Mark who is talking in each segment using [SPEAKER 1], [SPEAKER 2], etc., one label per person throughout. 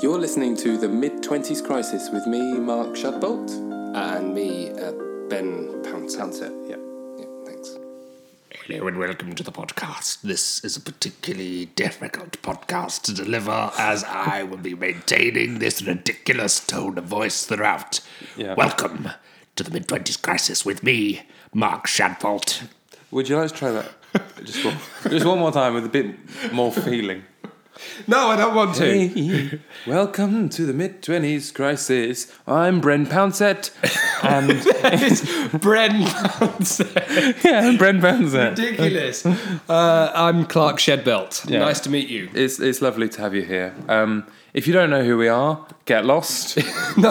[SPEAKER 1] You're listening to the Mid 20s Crisis with me, Mark Shadbolt, and me, uh, Ben Pouncer. Yeah. yeah, thanks.
[SPEAKER 2] Hello and welcome to the podcast. This is a particularly difficult podcast to deliver as I will be maintaining this ridiculous tone of voice throughout.
[SPEAKER 3] Yeah.
[SPEAKER 2] Welcome to the mid 20s crisis with me, Mark Shadbolt.
[SPEAKER 3] Would you like to try that? Just one, just one more time with a bit more feeling.
[SPEAKER 2] No, I don't want to.
[SPEAKER 3] Hey, welcome to the mid 20s crisis. I'm Bren Pouncett. And
[SPEAKER 2] it's Bren Pouncer.
[SPEAKER 3] yeah, I'm Bren Pouncett.
[SPEAKER 2] Ridiculous. Uh, I'm Clark Shedbelt.
[SPEAKER 3] Yeah.
[SPEAKER 2] Nice to meet you.
[SPEAKER 3] It's, it's lovely to have you here. Um, if you don't know who we are, get lost.
[SPEAKER 2] No,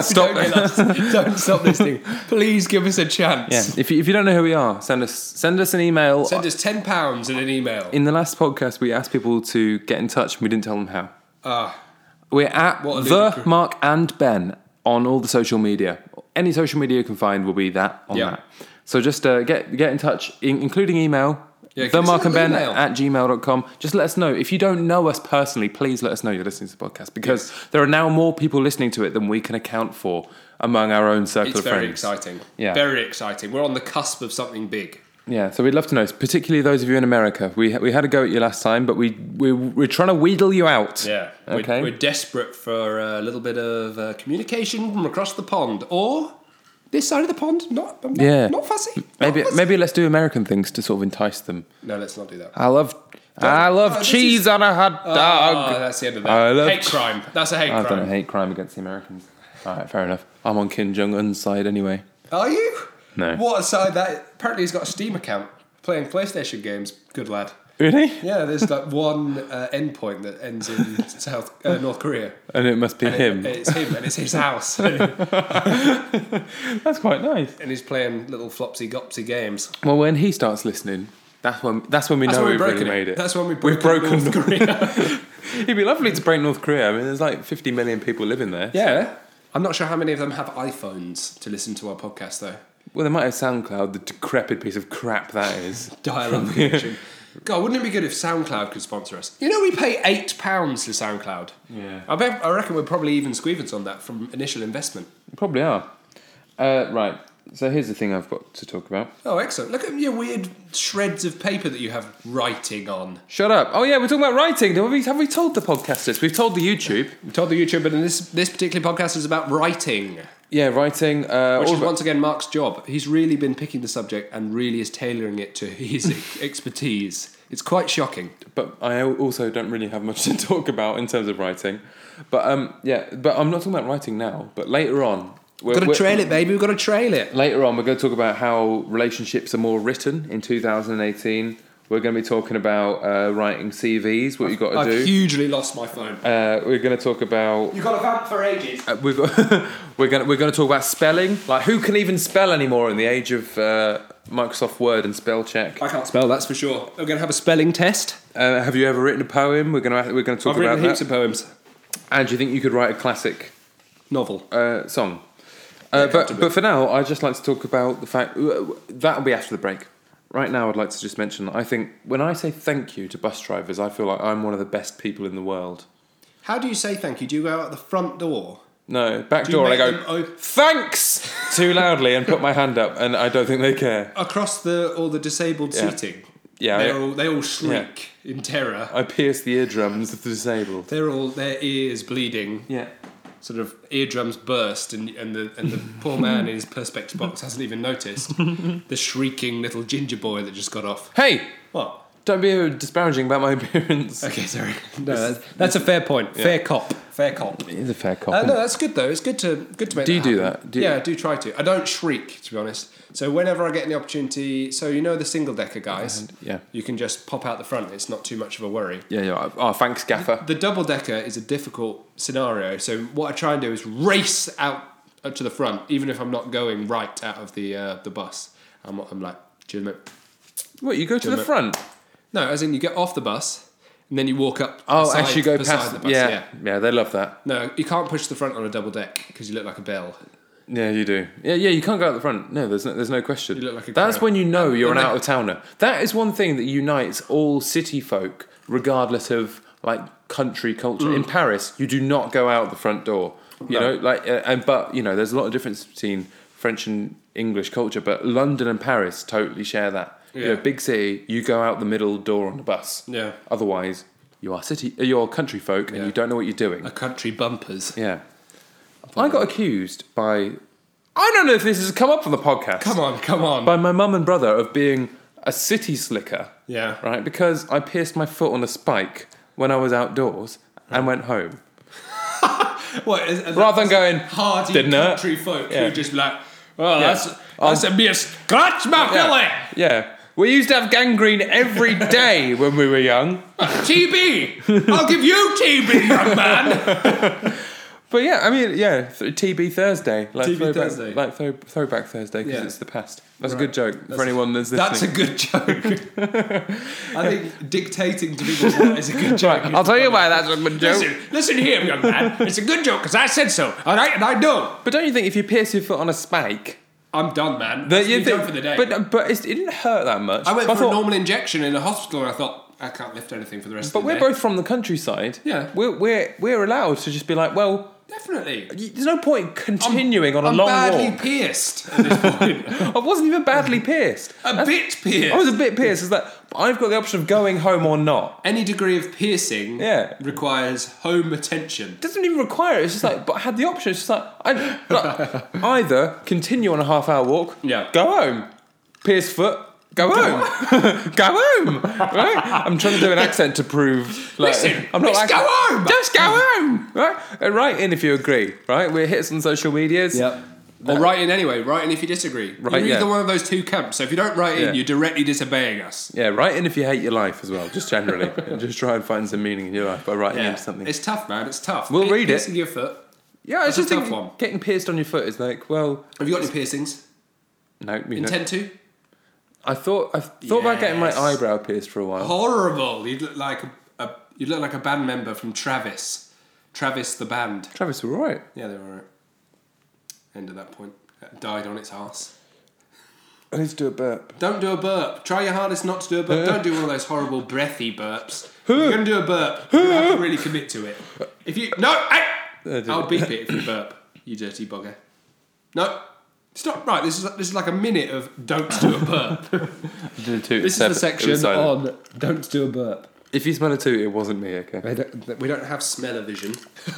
[SPEAKER 3] Stop.
[SPEAKER 2] Don't, get us. Don't stop this thing. Please give us a chance.
[SPEAKER 3] Yeah, if you, if you don't know who we are, send us send us an email.
[SPEAKER 2] Send us ten pounds in an email.
[SPEAKER 3] In the last podcast, we asked people to get in touch and we didn't tell them how.
[SPEAKER 2] Ah.
[SPEAKER 3] We're at
[SPEAKER 2] What a
[SPEAKER 3] the
[SPEAKER 2] ludicrous-
[SPEAKER 3] Mark and Ben on all the social media. Any social media you can find will be that on
[SPEAKER 2] Yeah.
[SPEAKER 3] that. So just uh, get get in touch, in, including email.
[SPEAKER 2] Yeah,
[SPEAKER 3] the
[SPEAKER 2] can you
[SPEAKER 3] Mark and
[SPEAKER 2] send
[SPEAKER 3] Ben
[SPEAKER 2] an email?
[SPEAKER 3] at gmail.com. Just let us know. If you don't know us personally, please let us know you're listening to the podcast because there are now more people listening to it than we can account for among our own circle
[SPEAKER 2] It's
[SPEAKER 3] of
[SPEAKER 2] very
[SPEAKER 3] friends.
[SPEAKER 2] exciting.
[SPEAKER 3] Yeah.
[SPEAKER 2] Very exciting. We're on the cusp of something big.
[SPEAKER 3] Yeah, so we'd love to know, particularly those of you in America. We, we had a go at you last time, but we, we, we're trying to wheedle you out.
[SPEAKER 2] Yeah. We're,
[SPEAKER 3] Okay.
[SPEAKER 2] we're desperate for a little bit of uh, communication from across the pond or this side of the pond. Not, I'm not,
[SPEAKER 3] Yeah.
[SPEAKER 2] not fussy. Not
[SPEAKER 3] maybe, Ah,
[SPEAKER 2] fussy.
[SPEAKER 3] maybe let's do American things to sort of entice them.
[SPEAKER 2] No, let's not do that.
[SPEAKER 3] I love I love
[SPEAKER 2] oh, this
[SPEAKER 3] cheese
[SPEAKER 2] is-
[SPEAKER 3] on a hot
[SPEAKER 2] Ah,
[SPEAKER 3] dog.
[SPEAKER 2] that's the end of
[SPEAKER 3] I
[SPEAKER 2] that.
[SPEAKER 3] love
[SPEAKER 2] hate crime. That's a hate
[SPEAKER 3] I don't
[SPEAKER 2] crime.
[SPEAKER 3] hate crime against the Americans. All right, fair enough. I'm on Kim Jong Un's side anyway.
[SPEAKER 2] Are you?
[SPEAKER 3] No.
[SPEAKER 2] What a side that. Apparently, he's got a Steam account playing PlayStation games. Good lad.
[SPEAKER 3] Really?
[SPEAKER 2] Yeah, there's like one uh, endpoint that ends in South uh, North Korea. Uh,
[SPEAKER 3] And it must be him.
[SPEAKER 2] It's him, and it's his house, and
[SPEAKER 3] That's quite nice.
[SPEAKER 2] he's playing little flopsy gopsy games.
[SPEAKER 3] Well, when he starts listening, that's when that's when we
[SPEAKER 2] That's
[SPEAKER 3] know
[SPEAKER 2] when
[SPEAKER 3] we've
[SPEAKER 2] we broke
[SPEAKER 3] really made it.
[SPEAKER 2] That's when we
[SPEAKER 3] We've
[SPEAKER 2] broke broken North
[SPEAKER 3] broken-
[SPEAKER 2] Korea.
[SPEAKER 3] It'd be lovely to break North Korea. I mean, there's like 50 million people living there.
[SPEAKER 2] yeah, I'm not sure how many of them have iPhones to listen to our podcast though.
[SPEAKER 3] Well, they might have SoundCloud, the decrepit piece of crap that is.
[SPEAKER 2] Dial-up connection. God, wouldn't it be good if SoundCloud could sponsor us? You know, we pay eight pounds to SoundCloud.
[SPEAKER 3] Yeah.
[SPEAKER 2] I bet. I reckon we're probably even squeevens on that from initial investment.
[SPEAKER 3] Probably are. Uh, right. So here's the thing I've got to talk about.
[SPEAKER 2] Oh, excellent! Look at your weird shreds of paper that you have writing on.
[SPEAKER 3] Shut up. Oh, yeah, we're talking about writing. Have we, have we told the podcasters? We've told the YouTube.
[SPEAKER 2] We told the YouTube, but in this this particular podcast is about writing,
[SPEAKER 3] Yeah, writing. Uh,
[SPEAKER 2] which
[SPEAKER 3] all
[SPEAKER 2] is
[SPEAKER 3] about-
[SPEAKER 2] once again Mark's job. He's really been picking the subject and really is tailoring it to his e- expertise. It's quite shocking.
[SPEAKER 3] but I al- also don't really have much to talk about in terms of writing. But um, yeah, but I'm not talking about writing now. But later on, we're,
[SPEAKER 2] We've got to
[SPEAKER 3] we're-
[SPEAKER 2] trail it, baby. We've got to trail it.
[SPEAKER 3] later on, we're going to talk about how relationships are more written in 2018. We're going to be talking about uh, writing CVs, what you got to
[SPEAKER 2] I've
[SPEAKER 3] do.
[SPEAKER 2] hugely lost my phone.
[SPEAKER 3] uh, we're going to talk about
[SPEAKER 2] You've got a vamp for ages.
[SPEAKER 3] uh, we've got, we're going we're going to talk about spelling, like who can even spell anymore in the age of uh, Microsoft Word and spell check.
[SPEAKER 2] I can't spell, that's for sure. We're going to have a spelling test.
[SPEAKER 3] Uh, have you ever written a poem? We're gonna we're gonna talk
[SPEAKER 2] I've
[SPEAKER 3] about
[SPEAKER 2] written
[SPEAKER 3] that.
[SPEAKER 2] heaps of poems.
[SPEAKER 3] and do you think you could write a classic
[SPEAKER 2] Novel.
[SPEAKER 3] uh, song? Uh, but but for now, I would just like to talk about the fact that'll be after the break. Right now, I'd like to just mention. I think when I say thank you to bus drivers, I feel like I'm one of the best people in the world.
[SPEAKER 2] How do you say thank you? Do you go out the front door?
[SPEAKER 3] No, back
[SPEAKER 2] Do you
[SPEAKER 3] door. I
[SPEAKER 2] make
[SPEAKER 3] go
[SPEAKER 2] them op-
[SPEAKER 3] thanks too loudly and put my hand up, and I don't think they care.
[SPEAKER 2] across the all the disabled
[SPEAKER 3] Yeah.
[SPEAKER 2] seating?
[SPEAKER 3] Yeah,
[SPEAKER 2] They
[SPEAKER 3] I-
[SPEAKER 2] all they all shriek in terror.
[SPEAKER 3] I pierce the eardrums of the disabled.
[SPEAKER 2] They're all their ears bleeding.
[SPEAKER 3] Yeah.
[SPEAKER 2] sort of eardrums burst and, and the and the poor man in his perspex box hasn't even noticed the shrieking little ginger boy that just got off.
[SPEAKER 3] Hey,
[SPEAKER 2] What?
[SPEAKER 3] don't be disparaging about my appearance.
[SPEAKER 2] Okay, sorry. No, that's, that's a fair point. Fair cop. Fair cop.
[SPEAKER 3] He's a fair cop.
[SPEAKER 2] Uh,
[SPEAKER 3] isn't
[SPEAKER 2] no, that's good though. It's good to good to make.
[SPEAKER 3] Do you do
[SPEAKER 2] happen.
[SPEAKER 3] that? Do you-
[SPEAKER 2] yeah, I do try to. I don't shriek to be honest. So whenever I get the opportunity, so you know the single decker guys,
[SPEAKER 3] yeah.
[SPEAKER 2] you can just pop out the front. It's not too much of a worry.
[SPEAKER 3] Yeah, yeah. Oh, thanks, Gaffer.
[SPEAKER 2] The double decker is a difficult scenario. So what I try and do is race out up to the front, even if I'm not going right out of the uh, the bus. I'm, I'm like, do you know what I mean?"
[SPEAKER 3] What, you go to the
[SPEAKER 2] Jim-
[SPEAKER 3] front?
[SPEAKER 2] no, as in you get off the bus and then you walk up.
[SPEAKER 3] Oh,
[SPEAKER 2] beside-
[SPEAKER 3] as you go
[SPEAKER 2] beside
[SPEAKER 3] past.
[SPEAKER 2] the bus.
[SPEAKER 3] yeah, yeah, they love that.
[SPEAKER 2] No, you can't push the front on a double deck because you look like a bell.
[SPEAKER 3] Yeah, you do. Yeah, yeah, you can't go out the front. No, there's no, there's no question.
[SPEAKER 2] You look like a
[SPEAKER 3] That's
[SPEAKER 2] crow.
[SPEAKER 3] when you know you're an
[SPEAKER 2] And they-
[SPEAKER 3] out of towner. That is one thing that unites all city folk, regardless of like country culture. In Paris, you do not go out the front door. You
[SPEAKER 2] Mm. No.
[SPEAKER 3] know, like uh, and but you know, there's a lot of difference between French and English culture, but London and Paris totally share that. You know,
[SPEAKER 2] Yeah.
[SPEAKER 3] big city, you go out the middle door on the bus.
[SPEAKER 2] Yeah.
[SPEAKER 3] Otherwise, you are city, uh, you're country folk, and
[SPEAKER 2] Yeah.
[SPEAKER 3] you don't know what you're doing.
[SPEAKER 2] A country bumpers.
[SPEAKER 3] Yeah. I got accused by. I don't know if this has come up on the podcast.
[SPEAKER 2] Come on, come on.
[SPEAKER 3] By my mum and brother of being a city slicker.
[SPEAKER 2] Yeah.
[SPEAKER 3] Right? Because I pierced my foot on a spike when I was outdoors and went home.
[SPEAKER 2] What, is, is
[SPEAKER 3] Rather than going,
[SPEAKER 2] hardy
[SPEAKER 3] didn't hurt.
[SPEAKER 2] country folk
[SPEAKER 3] Yeah.
[SPEAKER 2] who just like, well,
[SPEAKER 3] Yeah. Um,
[SPEAKER 2] that's that's a mere scratch, my
[SPEAKER 3] Yeah. yeah. We used to have gangrene every day when we were young.
[SPEAKER 2] filly. TB. I'll give you TB, young man.
[SPEAKER 3] But yeah, I mean, yeah, th- TB Thursday. Like
[SPEAKER 2] TB
[SPEAKER 3] throwback,
[SPEAKER 2] Thursday.
[SPEAKER 3] Like throw, throwback Thursday because
[SPEAKER 2] Yeah.
[SPEAKER 3] it's the past. That's a
[SPEAKER 2] Right.
[SPEAKER 3] good joke for
[SPEAKER 2] That's-
[SPEAKER 3] anyone that's listening.
[SPEAKER 2] That's a good joke. I think dictating to people what is a good joke.
[SPEAKER 3] Right, I'll tell you why that's a good joke.
[SPEAKER 2] Listen, listen here, young man. It's a good joke because I said so. All right, and I know.
[SPEAKER 3] But don't you think if you pierce your foot on a spike,
[SPEAKER 2] I'm done, man.
[SPEAKER 3] That
[SPEAKER 2] That's
[SPEAKER 3] you
[SPEAKER 2] me
[SPEAKER 3] think-
[SPEAKER 2] done for the day.
[SPEAKER 3] But but it's, it didn't hurt that much.
[SPEAKER 2] I went
[SPEAKER 3] But
[SPEAKER 2] for
[SPEAKER 3] thought-
[SPEAKER 2] a normal injection in a hospital, and I thought I can't lift anything for the rest
[SPEAKER 3] But
[SPEAKER 2] of the
[SPEAKER 3] we're
[SPEAKER 2] day.
[SPEAKER 3] both from the countryside.
[SPEAKER 2] Yeah.
[SPEAKER 3] we're we're we're allowed to just be like, well,
[SPEAKER 2] definitely
[SPEAKER 3] y- there's no point continuing on a
[SPEAKER 2] I'm
[SPEAKER 3] long
[SPEAKER 2] badly
[SPEAKER 3] walk.
[SPEAKER 2] pierced at this point.
[SPEAKER 3] I wasn't even badly pierced.
[SPEAKER 2] a bit pierced.
[SPEAKER 3] I was a bit pierced. Is that I've got the option of going home or not?
[SPEAKER 2] Any degree of piercing
[SPEAKER 3] Yeah.
[SPEAKER 2] requires home attention.
[SPEAKER 3] It doesn't even require it. It's just like, but I had the option. It's just like, I, like, either continue on a half hour walk,
[SPEAKER 2] Yeah.
[SPEAKER 3] go home, pierce foot. Go home, go home, right? I'm trying to do an accent to prove. Like,
[SPEAKER 2] Listen,
[SPEAKER 3] I'm not
[SPEAKER 2] let's
[SPEAKER 3] accent-
[SPEAKER 2] go home!
[SPEAKER 3] Just go home, right? And write in if you agree, right? We're hits on social medias.
[SPEAKER 2] Or write in anyway. Write in if you disagree.
[SPEAKER 3] Right,
[SPEAKER 2] You're
[SPEAKER 3] yeah.
[SPEAKER 2] either one of those two camps. So if you don't write in,
[SPEAKER 3] Yeah.
[SPEAKER 2] you're directly disobeying us.
[SPEAKER 3] Yeah, write in if you hate your life as well, just generally. and just try and find some meaning in your life by writing into something.
[SPEAKER 2] It's tough, man. It's tough.
[SPEAKER 3] We'll read it.
[SPEAKER 2] Piercing your foot.
[SPEAKER 3] yeah, it's
[SPEAKER 2] that's a
[SPEAKER 3] just
[SPEAKER 2] tough
[SPEAKER 3] thinking-
[SPEAKER 2] one.
[SPEAKER 3] getting pierced on your foot is like, well,
[SPEAKER 2] Have you got any piercings?
[SPEAKER 3] no. You know,
[SPEAKER 2] Intend to?
[SPEAKER 3] I thought I thought about getting my
[SPEAKER 2] Yes.
[SPEAKER 3] eyebrow pierced for a while.
[SPEAKER 2] Horrible. You'd look like a, a you'd look like a band member from Travis. Travis the band.
[SPEAKER 3] Travis, we're all right.
[SPEAKER 2] Yeah, they were alright. End of that point. That died on its arse.
[SPEAKER 3] I need to do a burp.
[SPEAKER 2] Don't do a burp. Try your hardest not to do a burp. Don't do one of those horrible breathy burps. If you're gonna do a burp. You have to really commit to it. If you no, I,
[SPEAKER 3] did
[SPEAKER 2] I'll beep it if you burp. You dirty bugger. No, stop. Right, this is this is like a minute of don't do a burp. This is the section on don't do a burp.
[SPEAKER 3] If you smell a toot, it wasn't me. Okay.
[SPEAKER 2] They don't- We don't have smell-o-vision.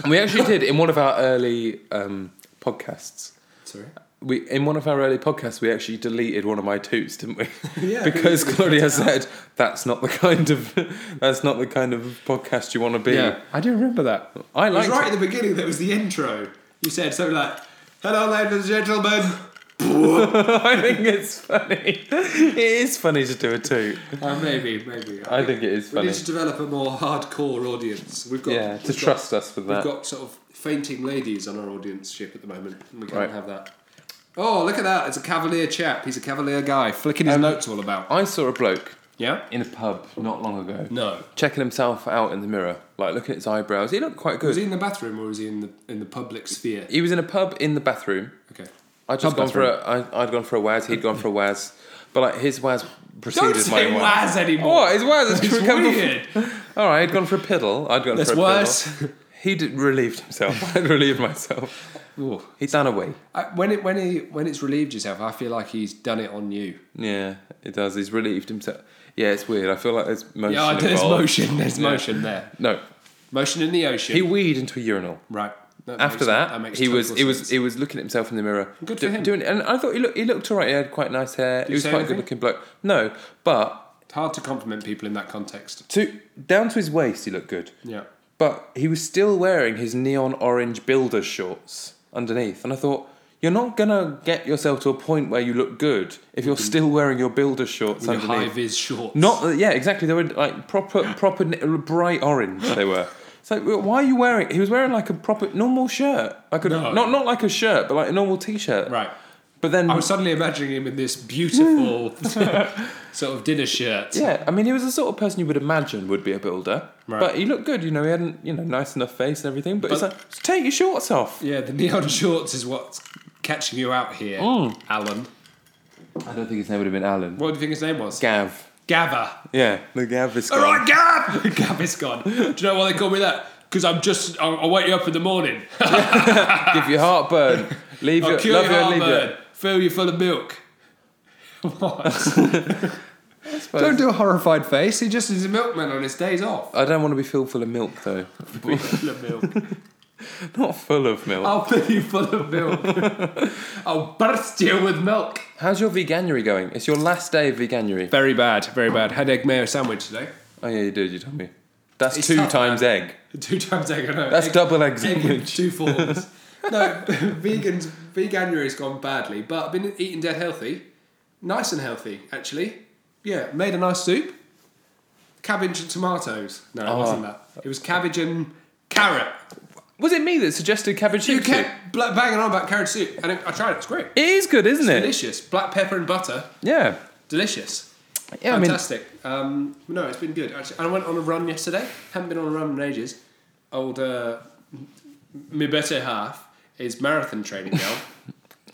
[SPEAKER 3] we actually did in one of our early um, podcasts.
[SPEAKER 2] Sorry.
[SPEAKER 3] We in one of our early podcasts, we actually deleted one of my toots, didn't we?
[SPEAKER 2] Yeah,
[SPEAKER 3] because
[SPEAKER 2] we- we
[SPEAKER 3] Claudia
[SPEAKER 2] cut
[SPEAKER 3] said that's not the kind of that's not the kind of podcast you want to be.
[SPEAKER 2] I do remember that.
[SPEAKER 3] I
[SPEAKER 2] It was
[SPEAKER 3] like
[SPEAKER 2] right at the beginning. That was the intro. You said something like, "Hello, ladies and gentlemen."
[SPEAKER 3] I think it's funny. It is funny to do a toot.
[SPEAKER 2] Uh, maybe, maybe.
[SPEAKER 3] I think it is
[SPEAKER 2] We
[SPEAKER 3] funny.
[SPEAKER 2] need to develop a more hardcore audience. We've got
[SPEAKER 3] Yeah,
[SPEAKER 2] we've
[SPEAKER 3] to
[SPEAKER 2] got-
[SPEAKER 3] trust us with
[SPEAKER 2] We've
[SPEAKER 3] that.
[SPEAKER 2] got sort of fainting ladies on our audience ship at the moment, and we can't
[SPEAKER 3] Right.
[SPEAKER 2] have that. Oh, look at that! It's a cavalier chap. He's a cavalier guy, flicking
[SPEAKER 3] Um,
[SPEAKER 2] his notes all about.
[SPEAKER 3] I saw a bloke
[SPEAKER 2] Yeah.
[SPEAKER 3] in a pub not long ago.
[SPEAKER 2] No.
[SPEAKER 3] Checking himself out in the mirror, like looking at his eyebrows. He looked quite good.
[SPEAKER 2] Was he in the bathroom or was he in the in the public sphere?
[SPEAKER 3] He was in a pub in the bathroom.
[SPEAKER 2] Okay.
[SPEAKER 3] I'd just
[SPEAKER 2] Pub
[SPEAKER 3] gone for a, I, I'd gone for a waz. He'd gone for a waz, but like his waz preceded
[SPEAKER 2] Don't
[SPEAKER 3] my
[SPEAKER 2] say
[SPEAKER 3] waz.
[SPEAKER 2] Waz anymore.
[SPEAKER 3] Oh, his waz is
[SPEAKER 2] It's
[SPEAKER 3] come from-
[SPEAKER 2] weird.
[SPEAKER 3] All right, I'd gone for a piddle. I'd gone
[SPEAKER 2] That's
[SPEAKER 3] for a
[SPEAKER 2] worse.
[SPEAKER 3] piddle. He did, relieved himself. I'd relieved myself.
[SPEAKER 2] Ooh.
[SPEAKER 3] He'd done away.
[SPEAKER 2] I, when it when he when it's relieved yourself, I feel like he's done it on you.
[SPEAKER 3] Yeah, it does. He's relieved himself. Yeah, it's weird. I feel like there's motion.
[SPEAKER 2] Yeah, there's
[SPEAKER 3] involved.
[SPEAKER 2] motion. There's motion there.
[SPEAKER 3] No,
[SPEAKER 2] Motion in the ocean.
[SPEAKER 3] he weeed into a urinal.
[SPEAKER 2] right. That
[SPEAKER 3] After
[SPEAKER 2] makes-
[SPEAKER 3] that,
[SPEAKER 2] makes
[SPEAKER 3] he was
[SPEAKER 2] total
[SPEAKER 3] he was
[SPEAKER 2] sense.
[SPEAKER 3] he was looking at himself in the mirror.
[SPEAKER 2] Good
[SPEAKER 3] do-
[SPEAKER 2] for him.
[SPEAKER 3] Doing, and I thought he looked he looked alright. He had quite nice hair. he
[SPEAKER 2] you
[SPEAKER 3] was
[SPEAKER 2] say
[SPEAKER 3] quite a
[SPEAKER 2] anything?
[SPEAKER 3] good looking bloke. No, but
[SPEAKER 2] It's hard to compliment people in that context.
[SPEAKER 3] to down to his waist, he looked good.
[SPEAKER 2] Yeah.
[SPEAKER 3] But he was still wearing his neon orange builder shorts underneath, and I thought. You're not gonna get yourself to a point where you look good if you're still wearing your builder shorts
[SPEAKER 2] Your high
[SPEAKER 3] underneath.
[SPEAKER 2] vis shorts.
[SPEAKER 3] Not uh, yeah, exactly. They were like proper, proper n- bright orange. They were. It's like, why are you wearing? He was wearing like a proper normal shirt, like a
[SPEAKER 2] No.
[SPEAKER 3] not not like a shirt, but like a normal t-shirt.
[SPEAKER 2] right.
[SPEAKER 3] But then,
[SPEAKER 2] I was suddenly imagining him in this beautiful sort of dinner shirt.
[SPEAKER 3] yeah, I mean, he was the sort of person you would imagine would be a builder.
[SPEAKER 2] Right.
[SPEAKER 3] But he looked good, you know. He hadn't, you know, nice enough face and everything. But, it's
[SPEAKER 2] But-
[SPEAKER 3] like, take your shorts off.
[SPEAKER 2] Yeah, the neon shorts is what's catching you out here, Alan.
[SPEAKER 3] Mm. I don't think his name would have been Alan.
[SPEAKER 2] What do you think his name was?
[SPEAKER 3] Gav.
[SPEAKER 2] Gava.
[SPEAKER 3] Yeah, the Gav is
[SPEAKER 2] All
[SPEAKER 3] gone.
[SPEAKER 2] right, Gav. Gav is gone. Do you know why they call me that? Because I'm just. I'll, I'll wake you up in the morning.
[SPEAKER 3] Give your heartburn. Leave
[SPEAKER 2] I'll
[SPEAKER 3] your,
[SPEAKER 2] cure
[SPEAKER 3] love
[SPEAKER 2] your
[SPEAKER 3] you and leave you.
[SPEAKER 2] heartburn. Fill you full of milk. What?
[SPEAKER 3] suppose-
[SPEAKER 2] Don't do a horrified face. He just is a milkman on his days off.
[SPEAKER 3] I don't want to be filled full of milk though.
[SPEAKER 2] full of milk.
[SPEAKER 3] Not full of milk.
[SPEAKER 2] I'll fill you full of milk. I'll burst you with milk.
[SPEAKER 3] How's your veganuary going? It's your last day of veganuary.
[SPEAKER 2] Very bad, very bad. Had egg mayo sandwich today.
[SPEAKER 3] Oh yeah, you did. You told me. That's
[SPEAKER 2] It's
[SPEAKER 3] two
[SPEAKER 2] not
[SPEAKER 3] times egg.
[SPEAKER 2] Two times egg, I know.
[SPEAKER 3] That's
[SPEAKER 2] egg,
[SPEAKER 3] double egg
[SPEAKER 2] egg in
[SPEAKER 3] sandwich.
[SPEAKER 2] two forms. no, vegans, veganuary has gone badly, but I've been eating dead healthy. Nice and healthy, actually. Yeah, made a nice soup. Cabbage and tomatoes. No, it wasn't that. It was cabbage and carrot.
[SPEAKER 3] Was it me that suggested cabbage
[SPEAKER 2] You
[SPEAKER 3] soup? soup?
[SPEAKER 2] kept bla- banging on about carrot soup, and it, I tried it. It's great.
[SPEAKER 3] It is good, isn't it?
[SPEAKER 2] Delicious. Black pepper and butter.
[SPEAKER 3] Yeah.
[SPEAKER 2] Delicious.
[SPEAKER 3] Yeah, I mean,
[SPEAKER 2] Fantastic. um, no, it's been good. Actually, I went on a run yesterday. Haven't been on a run in ages. Old uh, m- my better half is marathon training now.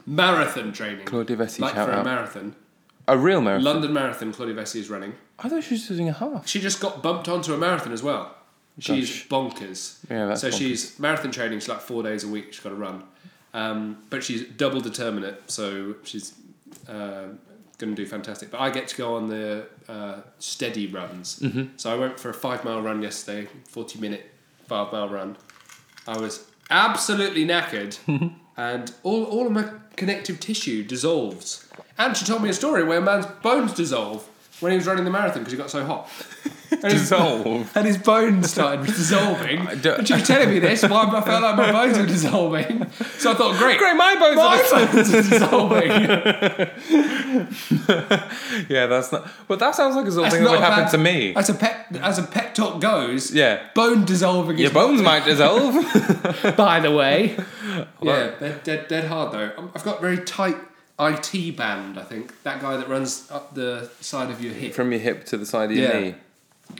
[SPEAKER 2] marathon training.
[SPEAKER 3] Claudia Vesey,
[SPEAKER 2] like
[SPEAKER 3] shout
[SPEAKER 2] for a
[SPEAKER 3] out.
[SPEAKER 2] marathon.
[SPEAKER 3] a real marathon.
[SPEAKER 2] London Marathon. Claudia Vesey is running.
[SPEAKER 3] I thought she was doing a half.
[SPEAKER 2] She just got bumped onto a marathon as well. She's bonkers.
[SPEAKER 3] Yeah, that's
[SPEAKER 2] so she's marathon training. She's like four days a week. She's got to run, um, but she's double determinate. So she's uh, going to do fantastic. But I get to go on the uh, steady runs.
[SPEAKER 3] Mm-hmm.
[SPEAKER 2] So I went for a five mile run yesterday, forty minute five mile run. I was absolutely knackered,
[SPEAKER 3] Mm-hmm.
[SPEAKER 2] and all all of my connective tissue dissolves. And she told me a story where a man's bones dissolve when he was running the marathon because he got so hot. And his-
[SPEAKER 3] Dissolve.
[SPEAKER 2] and his bones started dissolving.
[SPEAKER 3] don't-
[SPEAKER 2] And she was telling me this, why I felt like my bones were dissolving. So I thought, great,
[SPEAKER 3] Great, my bones are
[SPEAKER 2] my bones are dissolving.
[SPEAKER 3] Yeah, that's not. Well, that sounds like a sort of
[SPEAKER 2] That's
[SPEAKER 3] thing that
[SPEAKER 2] not
[SPEAKER 3] would
[SPEAKER 2] a
[SPEAKER 3] happen
[SPEAKER 2] bad-
[SPEAKER 3] to me.
[SPEAKER 2] As a pet, as a pet talk goes,
[SPEAKER 3] Yeah.
[SPEAKER 2] bone dissolving.
[SPEAKER 3] Your
[SPEAKER 2] is
[SPEAKER 3] bones might dissolve.
[SPEAKER 2] by the way. yeah, they're dead, dead hard though. I'm- I've got very tight IT band. I think that guy that runs up the side of your hip.
[SPEAKER 3] From your hip to the side of your
[SPEAKER 2] Yeah.
[SPEAKER 3] knee.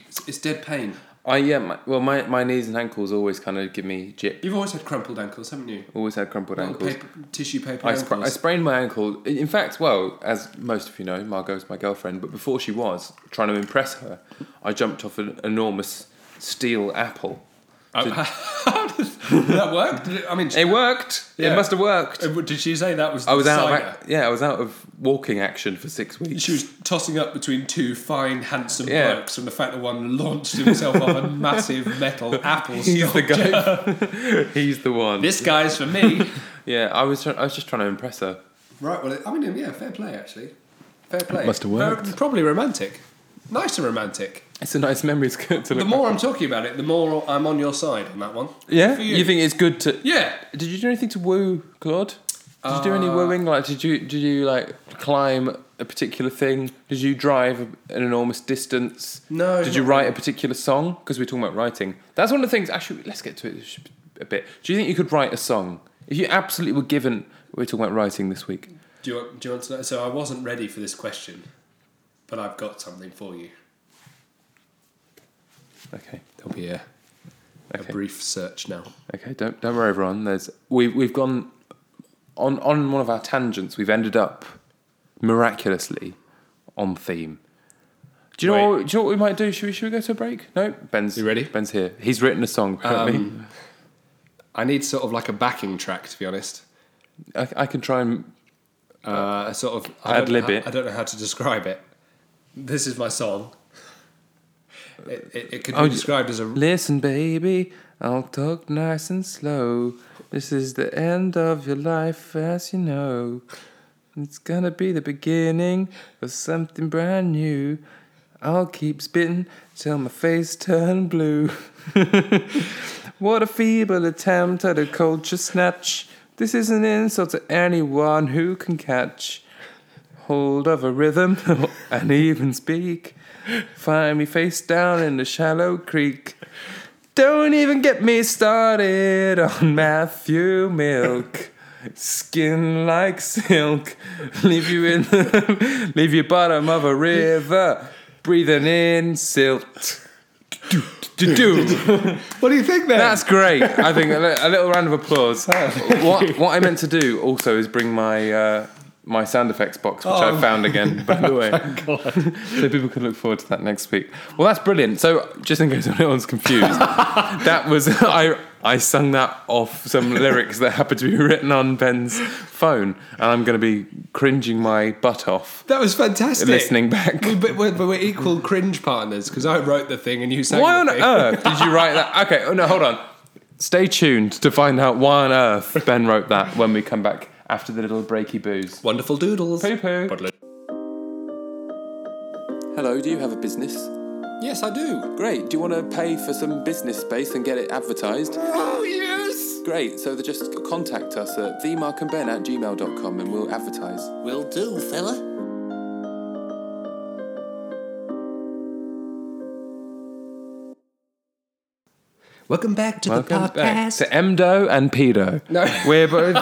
[SPEAKER 2] It's, it's dead pain.
[SPEAKER 3] I yeah. My, well, my, my knees and ankles always kind of give me jip.
[SPEAKER 2] You've always had crumpled ankles, haven't you?
[SPEAKER 3] Always had crumpled
[SPEAKER 2] Little
[SPEAKER 3] ankles.
[SPEAKER 2] Paper, tissue paper
[SPEAKER 3] I,
[SPEAKER 2] ankles.
[SPEAKER 3] spra- I sprained my ankle. In fact, well, as most of you know, Margot's my girlfriend, but before she was, trying to impress her, I jumped off an enormous steel apple.
[SPEAKER 2] Did that work? Did it, I mean,
[SPEAKER 3] It worked!
[SPEAKER 2] Yeah.
[SPEAKER 3] It must have worworked.
[SPEAKER 2] Uh, Did she say that was?
[SPEAKER 3] I was
[SPEAKER 2] the
[SPEAKER 3] out of,
[SPEAKER 2] cider?
[SPEAKER 3] ac- yeah, I was out of walking action for six weeks.
[SPEAKER 2] She was tossing up between two fine, handsome
[SPEAKER 3] Yeah.
[SPEAKER 2] blokes, and the fact that one launched himself off a massive metal apple.
[SPEAKER 3] He's the
[SPEAKER 2] sculpture.
[SPEAKER 3] guy. He's the one.
[SPEAKER 2] This guy's for me.
[SPEAKER 3] Yeah, I was. Try- I was just trying to impress her.
[SPEAKER 2] right. Well, I mean, yeah, fair play actually. Fair play.
[SPEAKER 4] must have worked.
[SPEAKER 2] Very- probably romantic. Nice and romantic.
[SPEAKER 3] It's a nice memory to to look.
[SPEAKER 2] The
[SPEAKER 3] back
[SPEAKER 2] more
[SPEAKER 3] on.
[SPEAKER 2] I'm talking about it, the more I'm on your side on that one.
[SPEAKER 3] yeah,
[SPEAKER 2] for you.
[SPEAKER 3] you. think it's good to?
[SPEAKER 2] Yeah.
[SPEAKER 3] Did you do anything to woo Claude? Did you do any
[SPEAKER 2] Uh,
[SPEAKER 3] wooing? Like, did you did you like climb a particular thing? Did you drive an enormous distance?
[SPEAKER 2] No,
[SPEAKER 3] Did you
[SPEAKER 2] not
[SPEAKER 3] write a particular song? Because we're talking about writing. That's one of the things. Actually, let's get to it sh- a bit. Do you think you could write a song if you absolutely were given? We're talking about writing this week.
[SPEAKER 2] Do you, want, do you want to know? So I wasn't ready for this question, but I've got something for you.
[SPEAKER 3] Okay.
[SPEAKER 2] There'll be a, a
[SPEAKER 3] Okay.
[SPEAKER 2] brief search now.
[SPEAKER 3] Okay, don't don't worry, everyone. There's we've we've gone on on one of our tangents. We've ended up miraculously on theme. Do you know?
[SPEAKER 2] Wait.
[SPEAKER 3] What, do you know what we might do? Should we should we go to a break? No, Ben's
[SPEAKER 2] You ready? Um,
[SPEAKER 3] Ben's here. He's written a song. Apparently,
[SPEAKER 2] I need sort of like a backing track, to be honest.
[SPEAKER 3] I, I can try and
[SPEAKER 2] Uh, a sort of I don't
[SPEAKER 3] Ad
[SPEAKER 2] know
[SPEAKER 3] lib
[SPEAKER 2] how-
[SPEAKER 3] it.
[SPEAKER 2] I don't know how to describe it. This is my song. It, it, it could be
[SPEAKER 3] Oh, you-
[SPEAKER 2] described as a.
[SPEAKER 3] listen, baby. I'll talk nice and slow. This is the end of your life, as you know. It's gonna be the beginning of something brand new. I'll keep spitting till my face turn blue. what a feeble attempt at a culture snatch. This is an insult to anyone who can catch hold of a rhythm and even speak. Find me face down in a shallow creek. Don't even get me started on Matthew Milk. Skin like silk, leave you in, the, leave you bottom of a river, breathing in silt. Do, do, do.
[SPEAKER 2] What do you think then?
[SPEAKER 3] That's great. I think a, li- a little round of applause. what, what I meant to do also is bring my uh, my sound effects box, which
[SPEAKER 4] Oh.
[SPEAKER 3] I found again, by the way.
[SPEAKER 4] God.
[SPEAKER 3] so people can look forward to that next week. Well, that's brilliant. So, just in case anyone's confused, that was I. I sung that off some lyrics that happened to be written on Ben's phone, and I'm going to be cringing my butt off
[SPEAKER 2] That was fantastic.
[SPEAKER 3] listening back.
[SPEAKER 2] We, but, we're, but we're equal cringe partners because I wrote the thing and you sang
[SPEAKER 3] Why
[SPEAKER 2] the
[SPEAKER 3] on
[SPEAKER 2] thing.
[SPEAKER 3] earth did you write that? Okay, oh no, hold on. Stay tuned to find out why on earth Ben wrote that when we come back after the little breaky booze.
[SPEAKER 2] Wonderful doodles.
[SPEAKER 3] Poo poo.
[SPEAKER 2] Bodily.
[SPEAKER 5] Hello, do you have a business?
[SPEAKER 2] Yes, I do.
[SPEAKER 5] Great. Do you want to pay for some business space and get it advertised?
[SPEAKER 2] Oh, yes.
[SPEAKER 5] Great. So just contact us at themarkandben at gmail.com and we'll advertise.
[SPEAKER 6] Will do, fella.
[SPEAKER 2] Welcome back to
[SPEAKER 3] Welcome back to Emdo and Pedo.
[SPEAKER 2] No.
[SPEAKER 3] We're both.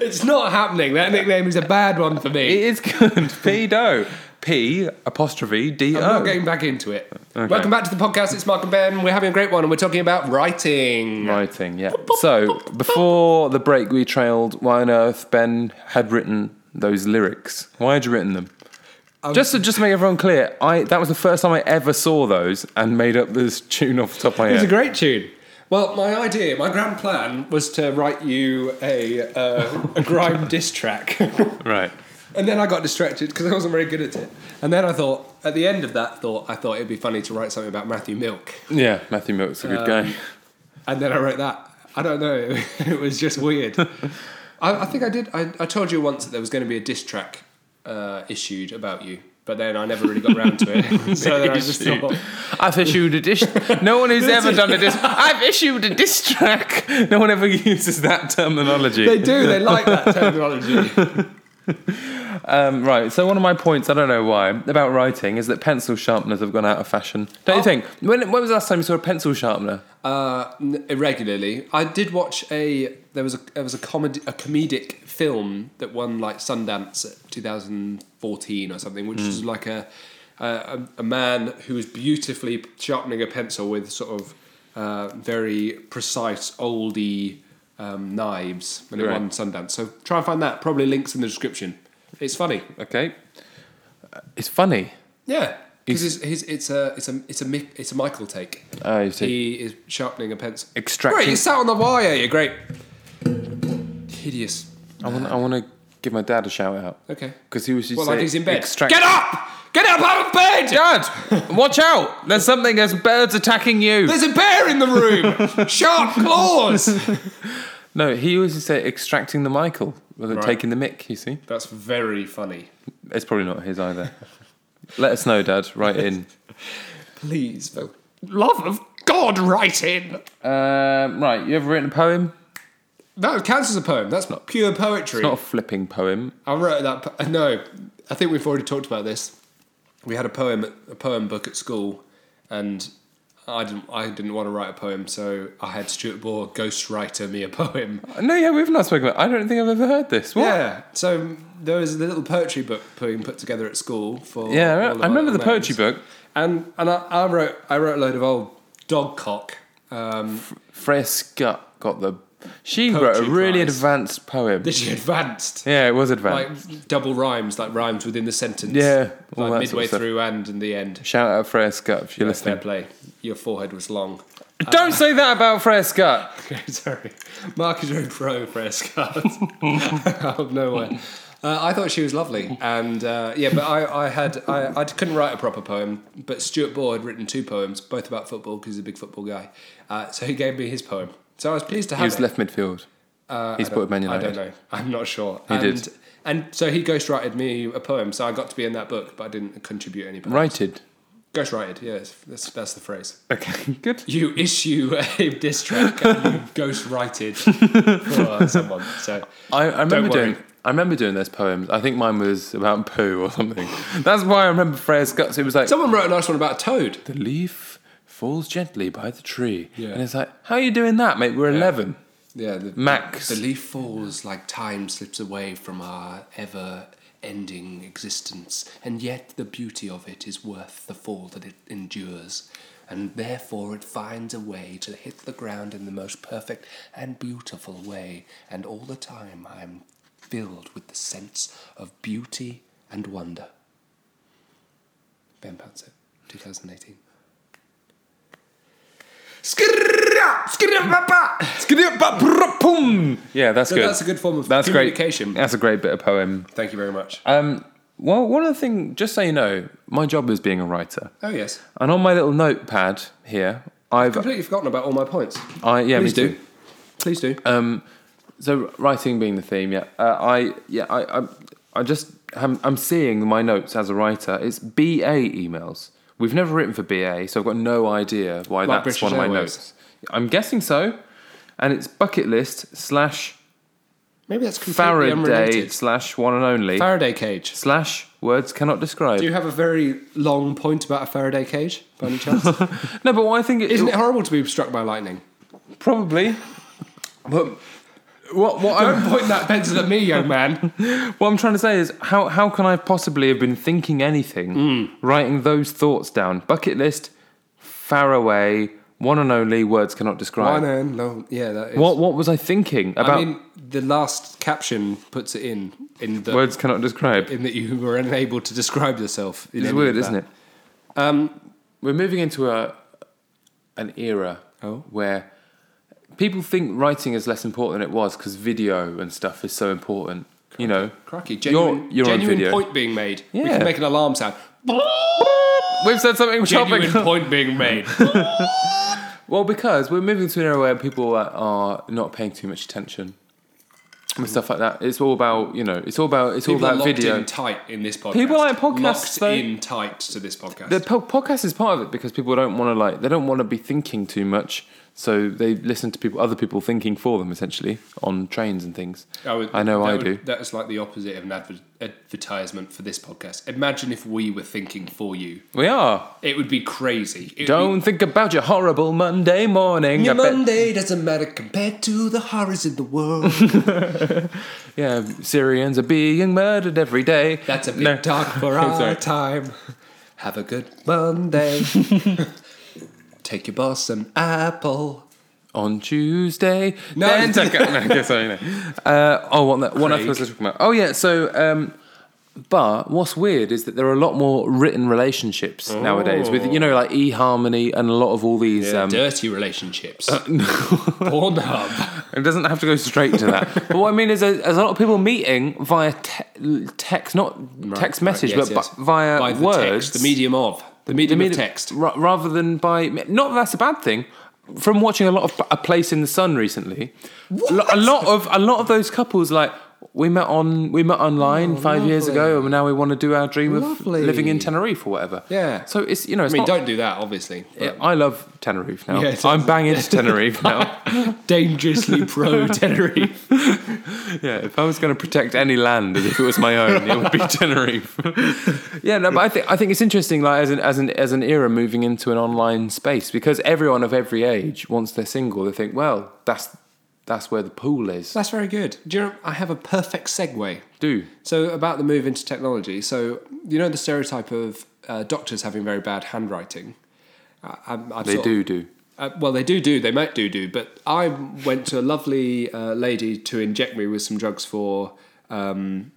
[SPEAKER 2] It's not happening. That nickname is a bad one for
[SPEAKER 3] It
[SPEAKER 2] me.
[SPEAKER 3] is good. Pedo. P apostrophe D
[SPEAKER 2] I'm not
[SPEAKER 3] O.
[SPEAKER 2] getting back into it. Welcome back to the podcast. It's Mark and Ben. We're having a great one and we're talking about writing.
[SPEAKER 3] Writing, yeah. So before the break, we trailed why on earth Ben had written those lyrics. Why had you written them?
[SPEAKER 2] Um,
[SPEAKER 3] just to just to make everyone clear, I that was the first time I ever saw those and made up this tune off the top of my
[SPEAKER 2] It's a
[SPEAKER 3] head.
[SPEAKER 2] great tune. Well, my idea, my grand plan was to write you a, uh, a grime diss track.
[SPEAKER 3] right.
[SPEAKER 2] And then I got distracted because I wasn't very good at it. And then I thought, at the end of that thought, I thought it'd be funny to write something about Matthew Milk.
[SPEAKER 3] Yeah, Matthew Milk's a good guy.
[SPEAKER 2] And then I wrote that. I don't know. It was just weird. I, I think I did. I, I told you once that there was going to be a diss track uh, issued about you, but then I never really got round to it. so then I just
[SPEAKER 3] Issued.
[SPEAKER 2] thought,
[SPEAKER 3] I've issued a dish. No one who's ever done a diss. I've issued a diss track. No one ever uses that terminology.
[SPEAKER 2] they do. They like that terminology.
[SPEAKER 3] Um, right, so one of my points, I don't know why, about writing is that pencil sharpeners have gone out of fashion. Don't you think? When, when was the last time you saw a pencil sharpener?
[SPEAKER 2] Uh, n- irregularly, I did watch a. There was a there was a comedy a comedic film that won like Sundance at 2014 or something, which
[SPEAKER 3] Hmm.
[SPEAKER 2] is like a, a a- a man who was beautifully sharpening a pencil with sort of uh, very precise oldie um, knives, and it
[SPEAKER 3] Right.
[SPEAKER 2] won Sundance. So try and find that. Probably links in the description. It's funny.
[SPEAKER 3] Okay. Uh, It's funny.
[SPEAKER 2] Yeah, because it's, it's, it's a it's a it's a Mi- it's a Michael take.
[SPEAKER 3] Oh, you see.
[SPEAKER 2] He is sharpening a pencil.
[SPEAKER 3] Extracting-
[SPEAKER 2] Great, you sat on the wire. You're great. Hideous.
[SPEAKER 3] I want, I want to give my dad a shout out.
[SPEAKER 2] Okay.
[SPEAKER 3] Because he was just
[SPEAKER 2] Well, like
[SPEAKER 3] say,
[SPEAKER 2] he's in bed.
[SPEAKER 3] extract-
[SPEAKER 2] Get up! Get up out of bed!
[SPEAKER 3] Dad! Watch out! There's something, there's birds attacking you.
[SPEAKER 2] There's a bear in the room. Sharp claws.
[SPEAKER 3] no, he used to say extracting the Michael rather than
[SPEAKER 2] Right.
[SPEAKER 3] taking the mick, you see?
[SPEAKER 2] That's very funny.
[SPEAKER 3] It's probably not his either. Let us know, Dad. Write in.
[SPEAKER 2] Please, for love of God, write in.
[SPEAKER 3] Um, right, you ever written a poem?
[SPEAKER 2] No, cancer's a poem. That's not pure poetry.
[SPEAKER 3] Not a flipping poem.
[SPEAKER 2] I wrote that. po- No, I think we've already talked about this. We had a poem, a poem book at school, and I didn't. I didn't want to write a poem, so I had Stuart Bohr ghostwriter me a poem.
[SPEAKER 3] No, yeah, we've not spoken about. I don't think I've ever heard this. What?
[SPEAKER 2] Yeah. So there was a little poetry book being put together at school for.
[SPEAKER 3] Yeah, I,
[SPEAKER 2] all of
[SPEAKER 3] I
[SPEAKER 2] our
[SPEAKER 3] remember the
[SPEAKER 2] mates.
[SPEAKER 3] poetry book.
[SPEAKER 2] And and I, I wrote I wrote a load of old dog cock. Um,
[SPEAKER 3] Freya Scott got the. She
[SPEAKER 2] Poetry
[SPEAKER 3] wrote a really
[SPEAKER 2] prize.
[SPEAKER 3] advanced poem.
[SPEAKER 2] that she advanced.
[SPEAKER 3] yeah, it was advanced.
[SPEAKER 2] Like double rhymes, like rhymes within the sentence.
[SPEAKER 3] Yeah, all that sort
[SPEAKER 2] Like
[SPEAKER 3] of
[SPEAKER 2] midway
[SPEAKER 3] stuff.
[SPEAKER 2] through and in the end.
[SPEAKER 3] Shout out Freya Scott if you're
[SPEAKER 2] Fair
[SPEAKER 3] listening.
[SPEAKER 2] play. Your forehead was long.
[SPEAKER 3] Don't say that about Freya Scott.
[SPEAKER 2] Okay, sorry. Mark is very pro press cards out of nowhere. Uh, I thought she was lovely, and uh, yeah, but I, I had I, I couldn't write a proper poem. But Stuart Bohr had written two poems, both about football because he's a big football guy. Uh, so he gave me his poem. So I was pleased to have
[SPEAKER 3] He was
[SPEAKER 2] it.
[SPEAKER 3] left midfield. He
[SPEAKER 2] Uh, I don't-
[SPEAKER 3] supported Man
[SPEAKER 2] I
[SPEAKER 3] United.
[SPEAKER 2] don't know. I'm not sure.
[SPEAKER 3] He
[SPEAKER 2] and,
[SPEAKER 3] did.
[SPEAKER 2] And so he ghostwrited me a poem, so I got to be in that book, but I didn't contribute any poems.
[SPEAKER 3] Righted.
[SPEAKER 2] Ghostwrited, yes, that's, that's the phrase.
[SPEAKER 3] Okay, good.
[SPEAKER 2] you issue a diss track and you ghostwrited for someone. So
[SPEAKER 3] I, I remember
[SPEAKER 2] worry.
[SPEAKER 3] doing. I remember doing those poems. I think mine was about poo or something. That's why I remember Freya Scott's. It was like
[SPEAKER 2] someone wrote a nice one about a toad.
[SPEAKER 3] the leaf falls gently by the tree,
[SPEAKER 2] Yeah.
[SPEAKER 3] and it's like, how are you doing that, mate? We're eleven.
[SPEAKER 2] Yeah, the,
[SPEAKER 3] Max.
[SPEAKER 2] The leaf falls like time slips away from our ever ending existence, and yet the beauty of it is worth the fall that it endures. And therefore, it finds a way to hit the ground in the most perfect and beautiful way. And all the time, I'm filled with the sense of beauty and wonder. Ben Pansett, 2018.
[SPEAKER 3] Yeah, that's
[SPEAKER 2] So
[SPEAKER 3] good.
[SPEAKER 2] that's a good form of
[SPEAKER 3] That's
[SPEAKER 2] communication.
[SPEAKER 3] Great. That's a great bit of poem.
[SPEAKER 2] Thank you very much.
[SPEAKER 3] Um, well, one other thing, just so you know, my job is being a writer,
[SPEAKER 2] Oh, yes.
[SPEAKER 3] and on my little notepad here, I've,
[SPEAKER 2] Completely forgotten about all my points.
[SPEAKER 3] I Oh, yeah,
[SPEAKER 2] Please
[SPEAKER 3] me too.
[SPEAKER 2] do. Please do.
[SPEAKER 3] Um, so writing being the theme, yeah. Uh, I yeah I I, I just I'm, I'm seeing my notes as a writer. It's BA emails. We've never written for BA, so I've got no idea why
[SPEAKER 2] Like
[SPEAKER 3] that's
[SPEAKER 2] British
[SPEAKER 3] one of my
[SPEAKER 2] Airways.
[SPEAKER 3] notes. I'm guessing so, and it's bucket list slash
[SPEAKER 2] Maybe that's
[SPEAKER 3] Faraday
[SPEAKER 2] completely unrelated.
[SPEAKER 3] slash one and only
[SPEAKER 2] Faraday cage.
[SPEAKER 3] slash words cannot describe.
[SPEAKER 2] Do you have a very long point about a Faraday cage, by any chance?
[SPEAKER 3] No, but what I think it,
[SPEAKER 2] Isn't it horrible to be struck by lightning?
[SPEAKER 3] probably. But what what I'm
[SPEAKER 2] Don't point that pencil at me, young man.
[SPEAKER 3] What I'm trying to say is, how, how can I possibly have been thinking anything, writing those thoughts down? Bucket list, far away, one and only, words cannot describe.
[SPEAKER 2] One and no, yeah, that is.
[SPEAKER 3] What, what was I thinking about
[SPEAKER 2] I mean, the last caption puts it in in the
[SPEAKER 3] words cannot describe?
[SPEAKER 2] in that you were unable to describe yourself. in
[SPEAKER 3] It's
[SPEAKER 2] any
[SPEAKER 3] weird,
[SPEAKER 2] of
[SPEAKER 3] isn't
[SPEAKER 2] that.
[SPEAKER 3] it? Um, We're moving into a an era
[SPEAKER 2] Oh.
[SPEAKER 3] where people think writing is less important than it was because video and stuff is so important. You know,
[SPEAKER 2] Crikey, genuine,
[SPEAKER 3] you're on
[SPEAKER 2] genuine
[SPEAKER 3] video.
[SPEAKER 2] point being made. We
[SPEAKER 3] Yeah.
[SPEAKER 2] can make an alarm sound.
[SPEAKER 3] we've said something
[SPEAKER 2] Genuine
[SPEAKER 3] topical.
[SPEAKER 2] point being made.
[SPEAKER 3] Well, because we're moving to an era where people are- are not paying too much attention and stuff like that. It's all about you know. It's all about it's
[SPEAKER 2] People
[SPEAKER 3] all
[SPEAKER 2] are
[SPEAKER 3] about
[SPEAKER 2] locked
[SPEAKER 3] video.
[SPEAKER 2] in tight in this podcast.
[SPEAKER 3] People like podcasts,
[SPEAKER 2] Locked
[SPEAKER 3] though.
[SPEAKER 2] in tight to this podcast.
[SPEAKER 3] the po- podcast is part of it because people don't want to like they don't want to be thinking too much, so they listen to people other people thinking for them essentially on trains and things.
[SPEAKER 2] would-
[SPEAKER 3] I know
[SPEAKER 2] that
[SPEAKER 3] I
[SPEAKER 2] would-
[SPEAKER 3] do.
[SPEAKER 2] That is like the opposite of an adver- advertisement for this podcast. Imagine if we were thinking for you.
[SPEAKER 3] We are.
[SPEAKER 2] It would be crazy. It would
[SPEAKER 3] Don't think about your horrible Monday morning.
[SPEAKER 2] be-
[SPEAKER 3] I
[SPEAKER 2] Your
[SPEAKER 3] bet-
[SPEAKER 2] Monday doesn't matter compared to the horrors in the world.
[SPEAKER 3] yeah, Syrians are being murdered every day.
[SPEAKER 2] That's a bit
[SPEAKER 3] No.
[SPEAKER 2] dark for
[SPEAKER 3] I'm
[SPEAKER 2] our
[SPEAKER 3] sorry.
[SPEAKER 2] time. Have a good Monday. Take your boss an apple.
[SPEAKER 3] on Tuesday.
[SPEAKER 2] No.
[SPEAKER 3] then take a- no, okay, sorry, no. Uh, oh, what, the, what else
[SPEAKER 2] Craig.
[SPEAKER 3] was I talking about? Oh, yeah. So, um, but what's weird is that there are a lot more written relationships nowadays with you know like eHarmony and a lot of all these. um,
[SPEAKER 2] Dirty relationships.
[SPEAKER 3] Uh,
[SPEAKER 2] Pornhub.
[SPEAKER 3] it doesn't have to go straight to that. but what I mean is, there's, there's a lot of people meeting via te- text, not text message,
[SPEAKER 2] Right, yes,
[SPEAKER 3] but
[SPEAKER 2] yes.
[SPEAKER 3] bu- via
[SPEAKER 2] By the
[SPEAKER 3] words,
[SPEAKER 2] text, the medium of. The medium,
[SPEAKER 3] mean,
[SPEAKER 2] of text.
[SPEAKER 3] ra- rather than by not that that's a bad thing from watching a lot of a place in the sun recently lo- a lot of a lot of those couples like we met on we met online five years ago and now we want to do our dream
[SPEAKER 2] Oh, Lovely.
[SPEAKER 3] of living in Tenerife or whatever
[SPEAKER 2] Yeah.
[SPEAKER 3] so it's you know
[SPEAKER 2] I
[SPEAKER 3] it's
[SPEAKER 2] mean,
[SPEAKER 3] not,
[SPEAKER 2] don't do that, obviously. but
[SPEAKER 3] I love Tenerife now.
[SPEAKER 2] Yeah, it
[SPEAKER 3] I'm
[SPEAKER 2] is.
[SPEAKER 3] banging to Tenerife now.
[SPEAKER 2] Dangerously pro Tenerife.
[SPEAKER 3] Yeah, if I was going to protect any land as if it was my own, it would be Tenerife. yeah, no, but I think I think it's interesting, like as an as an as an era moving into an online space because everyone of every age, once they're single, they think, well, that's that's where the pool is.
[SPEAKER 2] That's very good. Do you know, I have a perfect segue.
[SPEAKER 3] Do
[SPEAKER 2] So, about the move into technology. So, you know the stereotype of uh, doctors having very bad handwriting? I, I'm, I've
[SPEAKER 3] they
[SPEAKER 2] sort of-
[SPEAKER 3] do do?
[SPEAKER 2] Uh, well, they do do. They might do do. But I went to a lovely uh, lady to inject me with some drugs for um,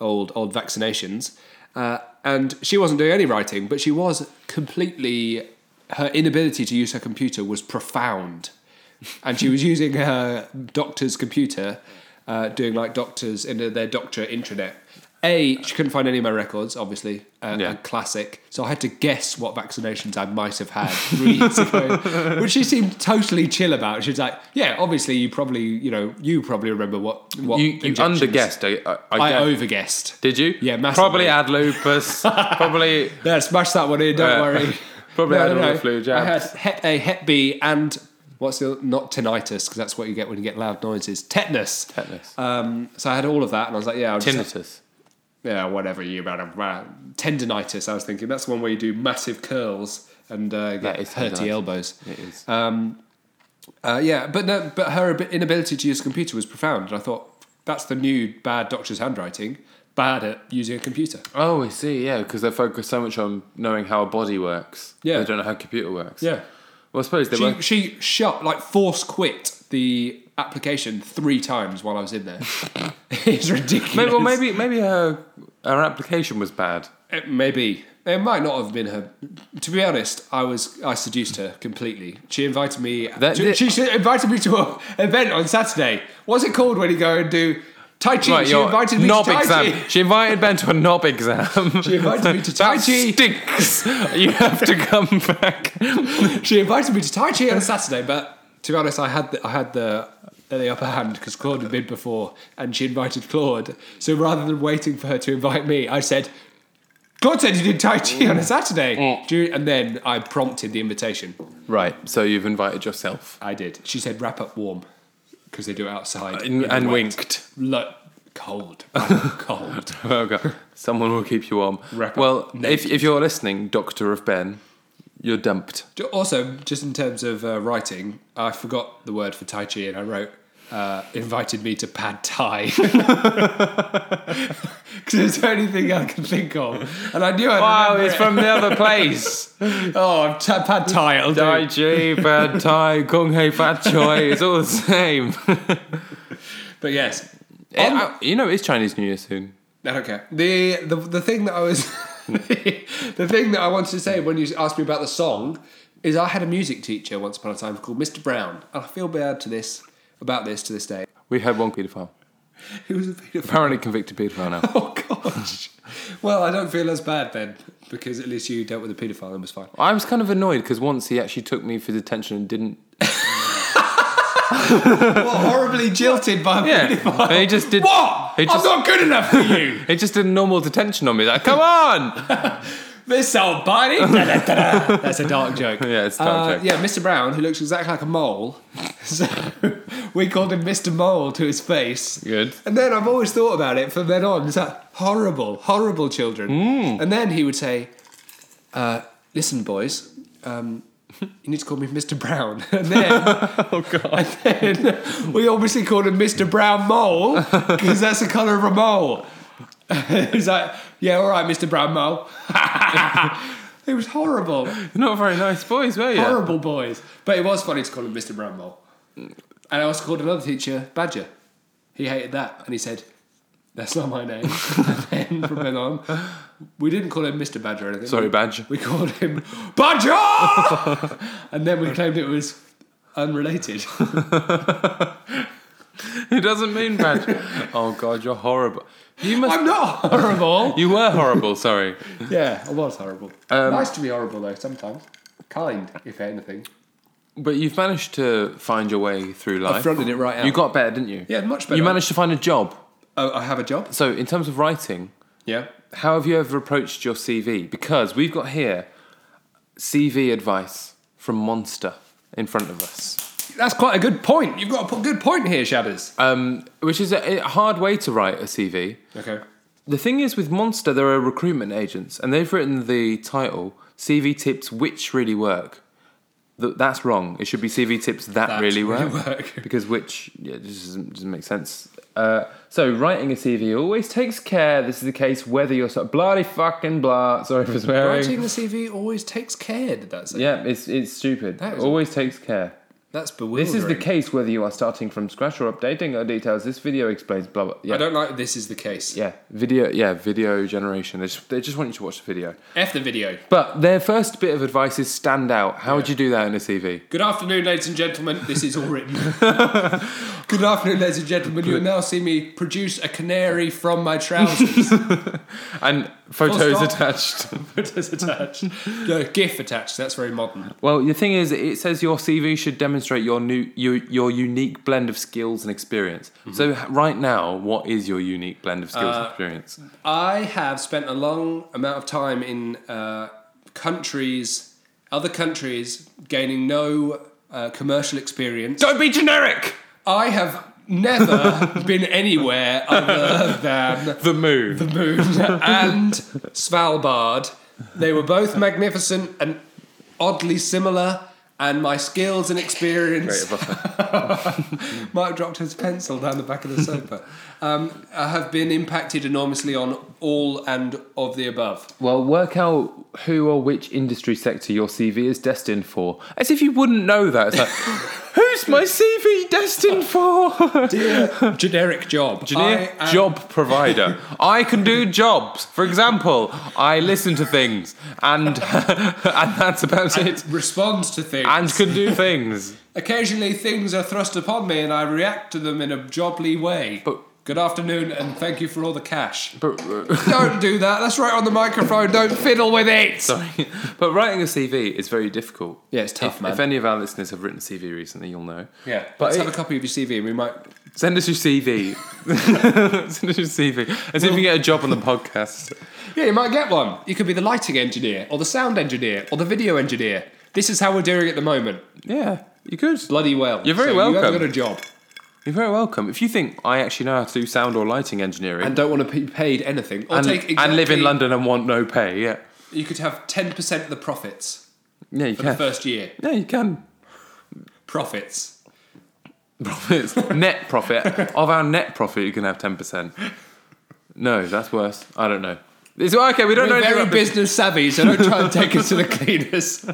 [SPEAKER 2] old old vaccinations, uh, and she wasn't doing any writing, but she was completely. Her inability to use her computer was profound, and she was using her doctor's computer, uh, doing like doctors in their doctor intranet. A, she couldn't find any of my records, obviously. Uh,
[SPEAKER 3] Yeah.
[SPEAKER 2] a classic. So I had to guess what vaccinations I might have had three years ago, which she seemed totally chill about. She was like, "Yeah, obviously you probably, you know, you probably remember what what
[SPEAKER 3] you you
[SPEAKER 2] injections."
[SPEAKER 3] underguessed. I, I, I
[SPEAKER 2] I
[SPEAKER 3] guess.
[SPEAKER 2] overguessed.
[SPEAKER 3] Did you?
[SPEAKER 2] Yeah, massively.
[SPEAKER 3] probably had lupus. probably
[SPEAKER 2] Yeah, smash that one in. Don't
[SPEAKER 3] Yeah.
[SPEAKER 2] worry.
[SPEAKER 3] Probably had all the flu jabs.
[SPEAKER 2] I had Hep A, Hep B, and what's the not tinnitus because that's what you get when you get loud noises. Tetanus.
[SPEAKER 3] Tetanus.
[SPEAKER 2] Um, so I had all of that, and I was like, yeah, I'll just have-
[SPEAKER 3] tinnitus.
[SPEAKER 2] yeah, whatever you about tendonitis. I was thinking that's the one where you do massive curls and uh,
[SPEAKER 3] That
[SPEAKER 2] get
[SPEAKER 3] is
[SPEAKER 2] hurty
[SPEAKER 3] tendonitis.
[SPEAKER 2] elbows.
[SPEAKER 3] It is.
[SPEAKER 2] Uh, yeah, but no, but her ab- inability to use a computer was profound, and I thought that's the new bad doctor's handwriting. Bad at using a computer.
[SPEAKER 3] oh, I see. Yeah, because they focus so much on knowing how a body works.
[SPEAKER 2] Yeah.
[SPEAKER 3] they don't know how a computer works.
[SPEAKER 2] Yeah.
[SPEAKER 3] Well, I suppose they
[SPEAKER 2] She,
[SPEAKER 3] were.
[SPEAKER 2] she shut, like, force quit the application three times while I was in there. it's ridiculous.
[SPEAKER 3] Maybe, well, maybe maybe her her application was bad.
[SPEAKER 2] It may be. Uh, It might not have been her. To be honest, I was I seduced her completely. She invited me.
[SPEAKER 3] That-
[SPEAKER 2] she,
[SPEAKER 3] that-
[SPEAKER 2] she s- invited me to an event on Saturday. What's it called when you go and do Tai Chi? she
[SPEAKER 3] your
[SPEAKER 2] invited me to
[SPEAKER 3] knob
[SPEAKER 2] Tai
[SPEAKER 3] exam.
[SPEAKER 2] Chi.
[SPEAKER 3] She invited Ben to a knob exam.
[SPEAKER 2] She invited me to Tai
[SPEAKER 3] that
[SPEAKER 2] Chi.
[SPEAKER 3] stinks. you have to come back.
[SPEAKER 2] She invited me to Tai Chi on a Saturday, but to be honest, I had the, I had the the upper hand because Claude had been before, and she invited Claude. So rather than waiting for her to invite me, I said, "Claude said you did Tai Chi on a Saturday,"
[SPEAKER 3] Mm.
[SPEAKER 2] Do you- and then I prompted the invitation.
[SPEAKER 3] Right. So you've invited yourself
[SPEAKER 2] I did. She said, "Wrap up warm," because they do it outside
[SPEAKER 3] Uh, and,
[SPEAKER 2] in the
[SPEAKER 3] and
[SPEAKER 2] wet.
[SPEAKER 3] winked.
[SPEAKER 2] Look, cold, I'm cold.
[SPEAKER 3] Oh God. Someone will keep you warm.
[SPEAKER 2] Wrap up
[SPEAKER 3] well, if,
[SPEAKER 2] naked.
[SPEAKER 3] if you're listening, Doctor of Ben, you're dumped.
[SPEAKER 2] Ju- Also, just in terms of uh, writing, I forgot the word for Tai Chi and I wrote, uh, invited me to pad Thai. Because it's the only thing I can think of. And I knew I'd
[SPEAKER 3] Wow,
[SPEAKER 2] remember
[SPEAKER 3] it's
[SPEAKER 2] it.
[SPEAKER 3] from the other place.
[SPEAKER 2] Oh, ta- pad Thai, it'll
[SPEAKER 3] Tai
[SPEAKER 2] do.
[SPEAKER 3] Chi, Pad Thai, Kung Hei Fat Choi, it's all the same.
[SPEAKER 2] But yes.
[SPEAKER 3] Eh,
[SPEAKER 2] on-
[SPEAKER 3] I- Eh, you know, it's Chinese New Year soon.
[SPEAKER 2] I don't care. The the, the thing that I was the thing that I wanted to say when you asked me about the song is I had a music teacher once upon a time called Mr. Brown, and I feel bad to this about this to this day.
[SPEAKER 3] We had one paedophile.
[SPEAKER 2] He was a paedophile.
[SPEAKER 3] Apparently convicted paedophile now.
[SPEAKER 2] Oh gosh. well, I don't feel as bad then because at least you dealt with a paedophile and was fine.
[SPEAKER 3] I was kind of annoyed because once he actually took me for detention and didn't.
[SPEAKER 2] What horribly jilted by a
[SPEAKER 3] Yeah, and he just did.
[SPEAKER 2] What?
[SPEAKER 3] He just,
[SPEAKER 2] I'm not good enough for you.
[SPEAKER 3] he just did normal detention on me. Like, come on!
[SPEAKER 2] this old body. Da-da-da-da. That's a dark joke.
[SPEAKER 3] Uh, Yeah, it's a dark joke.
[SPEAKER 2] Uh, Yeah, Mr. Brown, who looks exactly like a mole. So we called him Mr. Mole to his face.
[SPEAKER 3] Good.
[SPEAKER 2] And then I've always thought about it from then on. It's like horrible, horrible children.
[SPEAKER 3] Mm.
[SPEAKER 2] And then he would say, uh, "Listen, boys." Um, you need to call me Mr. Brown. And then, oh God. And then we obviously called him Mr. Brown Mole because that's the colour of a mole. He's like, yeah, all right, Mr. Brown Mole. it was horrible.
[SPEAKER 3] You're not very nice boys, were you?
[SPEAKER 2] Horrible boys. But it was funny to call him Mr. Bramble. And I also called another teacher Badger. He hated that and he said, That's not my name. and then from then on, we didn't call him Mr. Badger or anything.
[SPEAKER 3] Sorry, Badge.
[SPEAKER 2] We called him Badger! and then we claimed it was unrelated.
[SPEAKER 3] It doesn't mean Badge. oh God, you're horrible. You must.
[SPEAKER 2] I'm not horrible.
[SPEAKER 3] You were horrible. Sorry.
[SPEAKER 2] yeah, I was horrible. nice to be horrible though sometimes. Kind, if anything.
[SPEAKER 3] But you've managed to find your way through life.
[SPEAKER 2] fronted it right out.
[SPEAKER 3] You got better, didn't you?
[SPEAKER 2] Yeah, much better.
[SPEAKER 3] You managed to find a job.
[SPEAKER 2] Oh, I have a job.
[SPEAKER 3] So, in terms of writing,
[SPEAKER 2] Yeah.
[SPEAKER 3] how have you ever approached your CV? Because we've got here CV advice from Monster in front of us,
[SPEAKER 2] That's quite a good point. You've got a p- good point here, Shabbers.
[SPEAKER 3] um, which is a, a hard way to write a CV.
[SPEAKER 2] Okay.
[SPEAKER 3] The thing is, with Monster, there are recruitment agents, and they've written the title CV tips which really work. Th- that's wrong. It should be CV tips that,
[SPEAKER 2] That
[SPEAKER 3] really
[SPEAKER 2] really
[SPEAKER 3] work.
[SPEAKER 2] work.
[SPEAKER 3] because which yeah, just doesn't, doesn't make sense. Uh, so writing a CV always takes care. This is the case whether you're so bloody fucking blah. Sorry for swearing.
[SPEAKER 2] Writing the CV always takes care, did that say?
[SPEAKER 3] Yeah, it's it's stupid.
[SPEAKER 2] That is-
[SPEAKER 3] Always takes care.
[SPEAKER 2] That's bewildering.
[SPEAKER 3] This is the case whether you are starting from scratch or updating our details. This video explains blah blah.
[SPEAKER 2] I
[SPEAKER 3] Yeah,
[SPEAKER 2] don't like this is the case.
[SPEAKER 3] yeah, video. Yeah, video generation. They just, they just want you to watch the video.
[SPEAKER 2] F the video.
[SPEAKER 3] But their first bit of advice is stand out. How would you do that in a CV?
[SPEAKER 2] Good afternoon, ladies and gentlemen. This is all written. Good afternoon, ladies and gentlemen. You will now see me produce a canary from my trousers.
[SPEAKER 3] And photos
[SPEAKER 2] stop.
[SPEAKER 3] attached.
[SPEAKER 2] Photos attached. No, GIF attached. That's very modern.
[SPEAKER 3] Well, the thing is, it says your CV should demonstrate your new your, your unique blend of skills and experience.
[SPEAKER 2] Mm-hmm.
[SPEAKER 3] So h- right now, what is your unique blend of skills
[SPEAKER 2] Uh,
[SPEAKER 3] and experience?
[SPEAKER 2] I have spent a long amount of time in uh, countries, other countries, gaining no uh, commercial experience.
[SPEAKER 3] Don't be generic.
[SPEAKER 2] I have never been anywhere other than
[SPEAKER 3] The moon.
[SPEAKER 2] the moon and Svalbard. They were both magnificent and oddly similar and my skills and experience.
[SPEAKER 3] Great buffer.
[SPEAKER 2] Mark dropped his pencil down the back of the sofa. um, I have been impacted enormously on all and of the above.
[SPEAKER 3] Well, work out who or which industry sector your CV is destined for. As if you wouldn't know that. It's like, who's my CV destined for?
[SPEAKER 2] Generic job.
[SPEAKER 3] Engineer,
[SPEAKER 2] I am-
[SPEAKER 3] job provider. I can do jobs. For example, I listen to things, and and that's about it.
[SPEAKER 2] Responds to things.
[SPEAKER 3] And can do things.
[SPEAKER 2] Occasionally, things are thrust upon me, and I react to them in a jobly way.
[SPEAKER 3] But-
[SPEAKER 2] Good afternoon, and thank you for all the cash.
[SPEAKER 3] But,
[SPEAKER 2] Don't do that. That's right on the microphone. Don't fiddle with it.
[SPEAKER 3] sorry, but writing a CV is very difficult.
[SPEAKER 2] Yeah, it's tough,
[SPEAKER 3] if,
[SPEAKER 2] man.
[SPEAKER 3] If any of our listeners have written a CV recently, you'll know.
[SPEAKER 2] yeah,
[SPEAKER 3] But
[SPEAKER 2] let's
[SPEAKER 3] it-
[SPEAKER 2] have a copy of your CV, and we might.
[SPEAKER 3] Send us your CV. Send us your CV. And see if you can get a job on the podcast.
[SPEAKER 2] Yeah, you might get one. You could be the lighting engineer, or the sound engineer, or the video engineer. This is how we're doing it at the moment.
[SPEAKER 3] Yeah, you could.
[SPEAKER 2] Bloody well.
[SPEAKER 3] You're very
[SPEAKER 2] so You have
[SPEAKER 3] welcome.
[SPEAKER 2] got a job,
[SPEAKER 3] You're very welcome. If you think I actually know how to do sound or lighting engineering
[SPEAKER 2] and don't want to be paid anything, or
[SPEAKER 3] and,
[SPEAKER 2] take exactly,
[SPEAKER 3] and live in London and want no pay, yeah.
[SPEAKER 2] you could have ten percent of the profits
[SPEAKER 3] Yeah, you
[SPEAKER 2] for the
[SPEAKER 3] can.
[SPEAKER 2] first year.
[SPEAKER 3] Yeah, you can.
[SPEAKER 2] Profits.
[SPEAKER 3] Profits. net profit. Of our net profit, you can have 10%. No, that's worse. I don't know. It's, okay, we don't
[SPEAKER 2] We're
[SPEAKER 3] know anything
[SPEAKER 2] very
[SPEAKER 3] about business.
[SPEAKER 2] business savvy, so don't try and take us to the cleaners.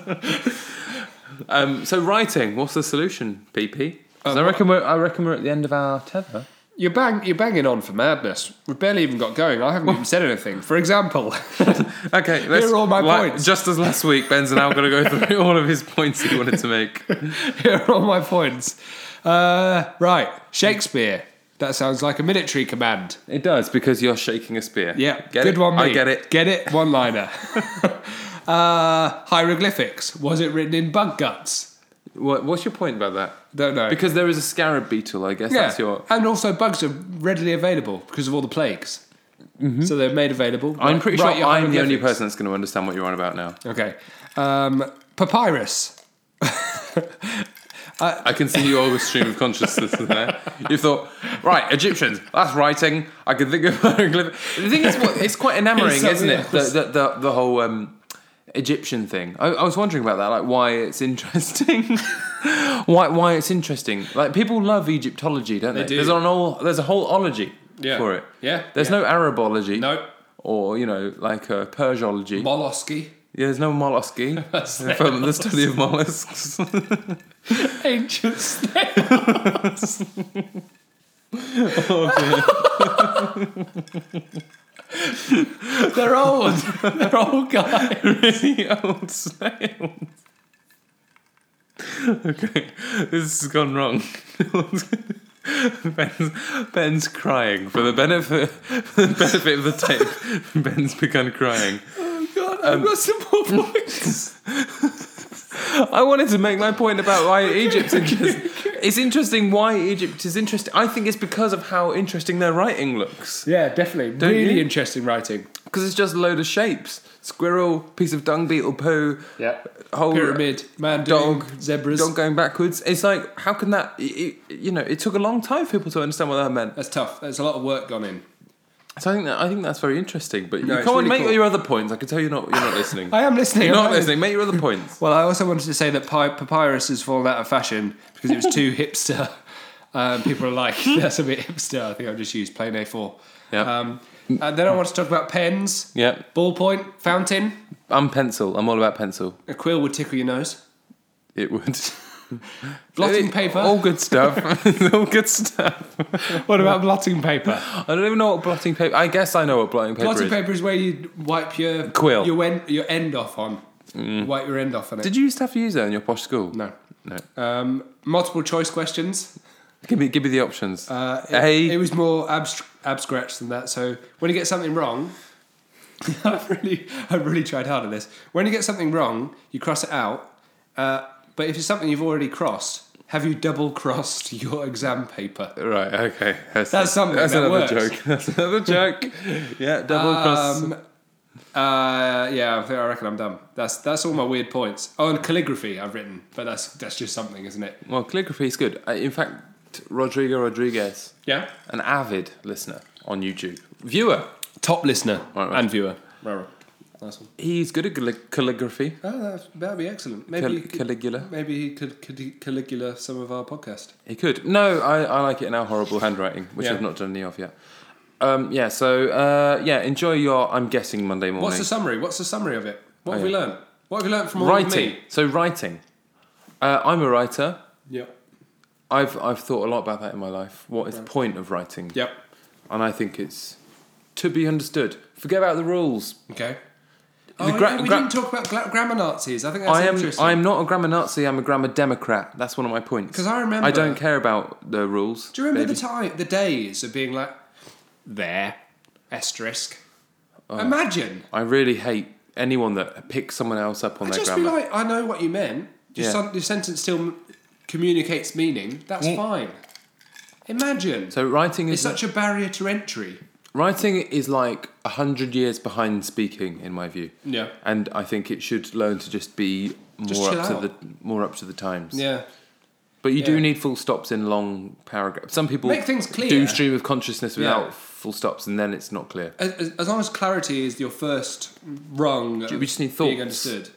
[SPEAKER 3] Um, so writing, what's the solution, PP?
[SPEAKER 2] Uh,
[SPEAKER 3] 'Cause I reckon we're I reckon we're at the end of our tether.
[SPEAKER 2] You're bang, you're banging on for madness. We've barely even got going. I haven't even said anything. For example,
[SPEAKER 3] Okay, let's,
[SPEAKER 2] are all my
[SPEAKER 3] like,
[SPEAKER 2] points.
[SPEAKER 3] Just as last week, Ben's now going to go through all of his points he wanted to make.
[SPEAKER 2] here are all my points. Uh, right, Shakespeare. That sounds like a military command.
[SPEAKER 3] It does because you're shaking a spear.
[SPEAKER 2] Yeah,
[SPEAKER 3] get
[SPEAKER 2] good
[SPEAKER 3] it?
[SPEAKER 2] one. Mate.
[SPEAKER 3] I get it.
[SPEAKER 2] Get it. One liner. uh, hieroglyphics. Was it written in bug guts?
[SPEAKER 3] What, what's your point about that?
[SPEAKER 2] Don't know.
[SPEAKER 3] Because there is a scarab beetle, I guess
[SPEAKER 2] yeah,
[SPEAKER 3] that's your.
[SPEAKER 2] and also bugs are readily available because of all the plagues. So they're made available.
[SPEAKER 3] Mm-hmm. I'm
[SPEAKER 2] Right-
[SPEAKER 3] pretty
[SPEAKER 2] right,
[SPEAKER 3] sure
[SPEAKER 2] your
[SPEAKER 3] I'm the only
[SPEAKER 2] hieroglyphics.
[SPEAKER 3] person that's going to understand what you're on about now.
[SPEAKER 2] Okay, um, papyrus. Uh,
[SPEAKER 3] I can see your stream of consciousness is there. You thought, right, Egyptians, that's writing. I can think of hieroglyph. The thing is, what, it's quite enamouring,
[SPEAKER 2] It's
[SPEAKER 3] isn't
[SPEAKER 2] something
[SPEAKER 3] it? The,
[SPEAKER 2] else.
[SPEAKER 3] the, the, the whole um, Egyptian thing. I, I was wondering about that, like why it's interesting. why why it's interesting? Like people love Egyptology, don't they?
[SPEAKER 2] do.
[SPEAKER 3] There's an all, there's a whole ology
[SPEAKER 2] Yeah.
[SPEAKER 3] for it.
[SPEAKER 2] Yeah,
[SPEAKER 3] There's
[SPEAKER 2] yeah.
[SPEAKER 3] no Arabology.
[SPEAKER 2] No.
[SPEAKER 3] Or you know, like uh, Persiology.
[SPEAKER 2] Mollusky.
[SPEAKER 3] yeah, there's no mollusking from the study of mollusks.
[SPEAKER 2] Ancient snails. They're old. They're old guys.
[SPEAKER 3] really old snails. Okay, this has gone wrong. Ben's, Ben's crying for the benefit for the benefit of the tape. Ben's begun crying.
[SPEAKER 2] God, I've got some more points.
[SPEAKER 3] I wanted to make my point about why Egypt's interesting. It's interesting why Egypt is interesting. I think it's because of how interesting their writing looks.
[SPEAKER 2] yeah, definitely. really
[SPEAKER 3] you?
[SPEAKER 2] interesting writing.
[SPEAKER 3] Because it's just a load of shapes: squirrel, piece of dung beetle, poo,
[SPEAKER 2] Yeah.
[SPEAKER 3] whole
[SPEAKER 2] Pyramid, man,
[SPEAKER 3] Dog.
[SPEAKER 2] dog, zebras.
[SPEAKER 3] Don't going backwards. It's like, how can that? It, it- you know, it took a long time for people to understand what that meant.
[SPEAKER 2] That's tough. There's a lot of work gone in.
[SPEAKER 3] So I think that I think that's very interesting. But
[SPEAKER 2] No,
[SPEAKER 3] you
[SPEAKER 2] it's
[SPEAKER 3] can't
[SPEAKER 2] really
[SPEAKER 3] make
[SPEAKER 2] cool.
[SPEAKER 3] your other points. I can tell you're not you're not listening.
[SPEAKER 2] I Um, am listening.
[SPEAKER 3] you're
[SPEAKER 2] I'm
[SPEAKER 3] not listening. Make your other points.
[SPEAKER 2] Well, I also wanted to say that pi- papyrus has fallen out of fashion because it was too hipster. Um, people are like, that's a bit hipster. I think I'll just use plain A4.
[SPEAKER 3] Yeah.
[SPEAKER 2] Um, and then I want to talk about pens,
[SPEAKER 3] Yeah,
[SPEAKER 2] ballpoint, fountain.
[SPEAKER 3] I'm pencil. I'm all about pencil.
[SPEAKER 2] A quill would tickle your nose.
[SPEAKER 3] It would.
[SPEAKER 2] Blotting
[SPEAKER 3] It-
[SPEAKER 2] paper.
[SPEAKER 3] All good stuff. all good stuff.
[SPEAKER 2] What about blotting paper?
[SPEAKER 3] I don't even know what blotting paper. I guess I know what blotting paper
[SPEAKER 2] blotting
[SPEAKER 3] is.
[SPEAKER 2] paper is where you wipe your
[SPEAKER 3] Quill. Mm.
[SPEAKER 2] your end, your end off on. Wipe your end off on it.
[SPEAKER 3] Did you used to have to use that in your posh school?
[SPEAKER 2] no.
[SPEAKER 3] No.
[SPEAKER 2] Um, multiple choice questions.
[SPEAKER 3] Give me give me the options.
[SPEAKER 2] Uh, it,
[SPEAKER 3] A.
[SPEAKER 2] it was more abst- abstract than that. So when you get something wrong, I've really, I've really tried hard at this. When you get something wrong, you cross it out. Uh, but if it's something you've already crossed, have you double crossed your exam paper?
[SPEAKER 3] Right. Okay. That's,
[SPEAKER 2] That's something
[SPEAKER 3] That's
[SPEAKER 2] that
[SPEAKER 3] another
[SPEAKER 2] works.
[SPEAKER 3] joke. That's another joke. yeah. Double cross.
[SPEAKER 2] Um, uh, yeah, I think I reckon I'm done. That's that's all my weird points. Oh, and calligraphy I've written, but that's that's just something, isn't it?
[SPEAKER 3] Well, calligraphy is good. Uh, In fact, Rodrigo Rodriguez,
[SPEAKER 2] Yeah.
[SPEAKER 3] an avid listener on YouTube, viewer,
[SPEAKER 2] Top listener
[SPEAKER 3] Right, right.
[SPEAKER 2] and viewer. Right, right. nice one.
[SPEAKER 3] He's good at calli- calligraphy.
[SPEAKER 2] Oh, that- that'd be excellent. Maybe
[SPEAKER 3] Cal-
[SPEAKER 2] he could-
[SPEAKER 3] Caligula.
[SPEAKER 2] maybe he could, could Caligula some of our podcast.
[SPEAKER 3] He could. No, I, I like it in our horrible handwriting, which
[SPEAKER 2] Yeah.
[SPEAKER 3] I've not done any of yet. Um, yeah, so uh, yeah, enjoy your, I'm guessing, Monday morning.
[SPEAKER 2] What's the summary? What's the summary of it? What
[SPEAKER 3] Oh,
[SPEAKER 2] have we
[SPEAKER 3] yeah.
[SPEAKER 2] learned? What have we learned from all of
[SPEAKER 3] writing.
[SPEAKER 2] me?
[SPEAKER 3] So writing. Uh, I'm a writer.
[SPEAKER 2] Yep.
[SPEAKER 3] I've I've thought a lot about that in my life. What is the point of writing?
[SPEAKER 2] Yep.
[SPEAKER 3] And I think it's to be understood. Forget about the rules.
[SPEAKER 2] Okay. Oh,
[SPEAKER 3] gra-
[SPEAKER 2] yeah, we
[SPEAKER 3] gra-
[SPEAKER 2] didn't talk about gra- grammar Nazis. I think that's
[SPEAKER 3] I am
[SPEAKER 2] interesting.
[SPEAKER 3] I am not a grammar Nazi. I'm a grammar Democrat. That's one of my points.
[SPEAKER 2] 'Cause I remember-
[SPEAKER 3] I don't care about the rules.
[SPEAKER 2] Do you remember
[SPEAKER 3] baby.
[SPEAKER 2] the time, the days of being like there, asterisk?
[SPEAKER 3] Oh.
[SPEAKER 2] Imagine.
[SPEAKER 3] I really hate anyone that picks someone else up on
[SPEAKER 2] I'd
[SPEAKER 3] their
[SPEAKER 2] just
[SPEAKER 3] grammar.
[SPEAKER 2] be like, I know what you meant. Your,
[SPEAKER 3] Yeah.
[SPEAKER 2] sen- your sentence still communicates meaning. That's fine. Imagine.
[SPEAKER 3] Mm. so writing
[SPEAKER 2] it's
[SPEAKER 3] is
[SPEAKER 2] such a barrier to entry.
[SPEAKER 3] writing is like a hundred years behind speaking, in my view.
[SPEAKER 2] Yeah.
[SPEAKER 3] And I think it should learn to just be more
[SPEAKER 2] Just chill
[SPEAKER 3] up to
[SPEAKER 2] out.
[SPEAKER 3] the more up to the times.
[SPEAKER 2] Yeah.
[SPEAKER 3] But you do
[SPEAKER 2] Yeah.
[SPEAKER 3] need full stops in long paragraphs. Some people
[SPEAKER 2] Make things clear.
[SPEAKER 3] do stream of consciousness without
[SPEAKER 2] Yeah.
[SPEAKER 3] full stops, and then it's not clear.
[SPEAKER 2] As, as- as long as clarity is your first rung, of
[SPEAKER 3] we just need
[SPEAKER 2] being
[SPEAKER 3] thoughts.
[SPEAKER 2] understood.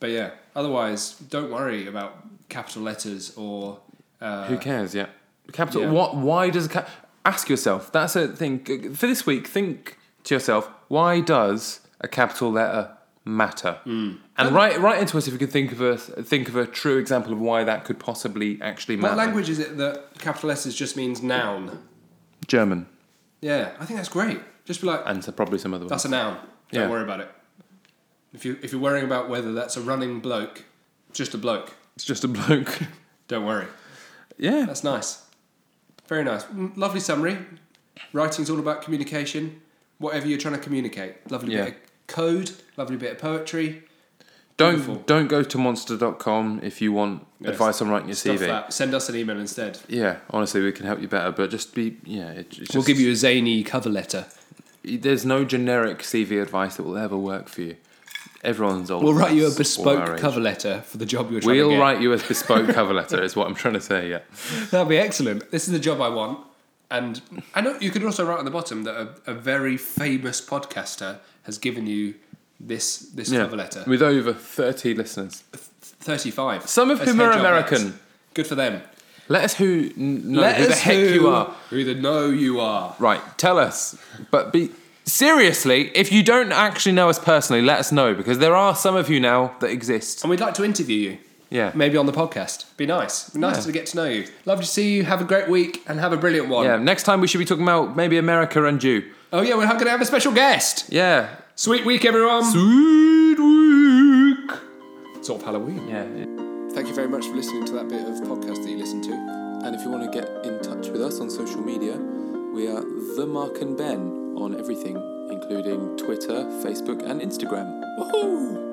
[SPEAKER 2] But yeah, otherwise, don't worry about capital letters or. Uh,
[SPEAKER 3] Who cares? Yeah, capital.
[SPEAKER 2] yeah.
[SPEAKER 3] What? Why does a cap? Ask yourself. That's a thing for this week. Think to yourself. Why does a capital letter matter?
[SPEAKER 2] Hmm.
[SPEAKER 3] And write write into us if you can think of a think of a true example of why that could possibly actually matter.
[SPEAKER 2] what language is it that capital letters just means noun?
[SPEAKER 3] German
[SPEAKER 2] Yeah, I think that's great. Just be like,
[SPEAKER 3] and so probably some other ones.
[SPEAKER 2] That's a noun. Don't
[SPEAKER 3] Yeah.
[SPEAKER 2] worry about it. If you if you're worrying about whether that's a running bloke, just a bloke.
[SPEAKER 3] It's just a bloke.
[SPEAKER 2] Don't worry.
[SPEAKER 3] yeah.
[SPEAKER 2] That's nice. Very nice. Mm, Lovely summary. Writing's all about communication. Whatever you're trying to communicate. Lovely
[SPEAKER 3] Yeah.
[SPEAKER 2] bit of code. Lovely bit of poetry.
[SPEAKER 3] Don't
[SPEAKER 2] Beautiful.
[SPEAKER 3] don't go to monster.com if you want
[SPEAKER 2] Yes.
[SPEAKER 3] advice on writing your
[SPEAKER 2] Stuff
[SPEAKER 3] CV.
[SPEAKER 2] that. Send us an email instead.
[SPEAKER 3] Yeah, honestly, we can help you better, but just be yeah. It, it's just,
[SPEAKER 2] We'll give you a zany cover letter.
[SPEAKER 3] There's no generic CV advice that will ever work for you. Everyone's old.
[SPEAKER 2] We'll write you a
[SPEAKER 3] or our
[SPEAKER 2] bespoke
[SPEAKER 3] age.
[SPEAKER 2] cover letter for the job you're trying to
[SPEAKER 3] We'll
[SPEAKER 2] get.
[SPEAKER 3] write you a bespoke cover letter. Is what I'm trying to say. Yeah.
[SPEAKER 2] That'll be excellent. This is the job I want. And I know you could also write on the bottom that a, a very famous podcaster has given you this this
[SPEAKER 3] yeah.
[SPEAKER 2] cover letter.
[SPEAKER 3] With over 30 listeners.
[SPEAKER 2] Thirty five.
[SPEAKER 3] Some of whom are American.
[SPEAKER 2] Good for them.
[SPEAKER 3] Let us who n- know
[SPEAKER 2] Let
[SPEAKER 3] who the
[SPEAKER 2] us
[SPEAKER 3] heck you
[SPEAKER 2] who-
[SPEAKER 3] are.
[SPEAKER 2] Who the know you are.
[SPEAKER 3] Right, tell us. But be seriously, if you don't actually know us personally, let us know because there are some of you now that exist.
[SPEAKER 2] And we'd like to interview you.
[SPEAKER 3] Yeah.
[SPEAKER 2] Maybe on the podcast. Be nice. Be nice
[SPEAKER 3] Yeah.
[SPEAKER 2] to get to know you. Love to see you. Have a great week and have a brilliant one.
[SPEAKER 3] Yeah. Next time we should be talking about maybe America and you.
[SPEAKER 2] Oh yeah, we're going to have a special guest.
[SPEAKER 3] Yeah.
[SPEAKER 2] Sweet week, everyone.
[SPEAKER 3] Sweet week.
[SPEAKER 2] sort of Halloween.
[SPEAKER 3] Yeah.
[SPEAKER 5] Thank you very much for listening to that bit of podcast that you listened to. And if you want to get in touch with us on social media, we are The Mark and Ben on everything, including Twitter, Facebook, and Instagram. Woohoo!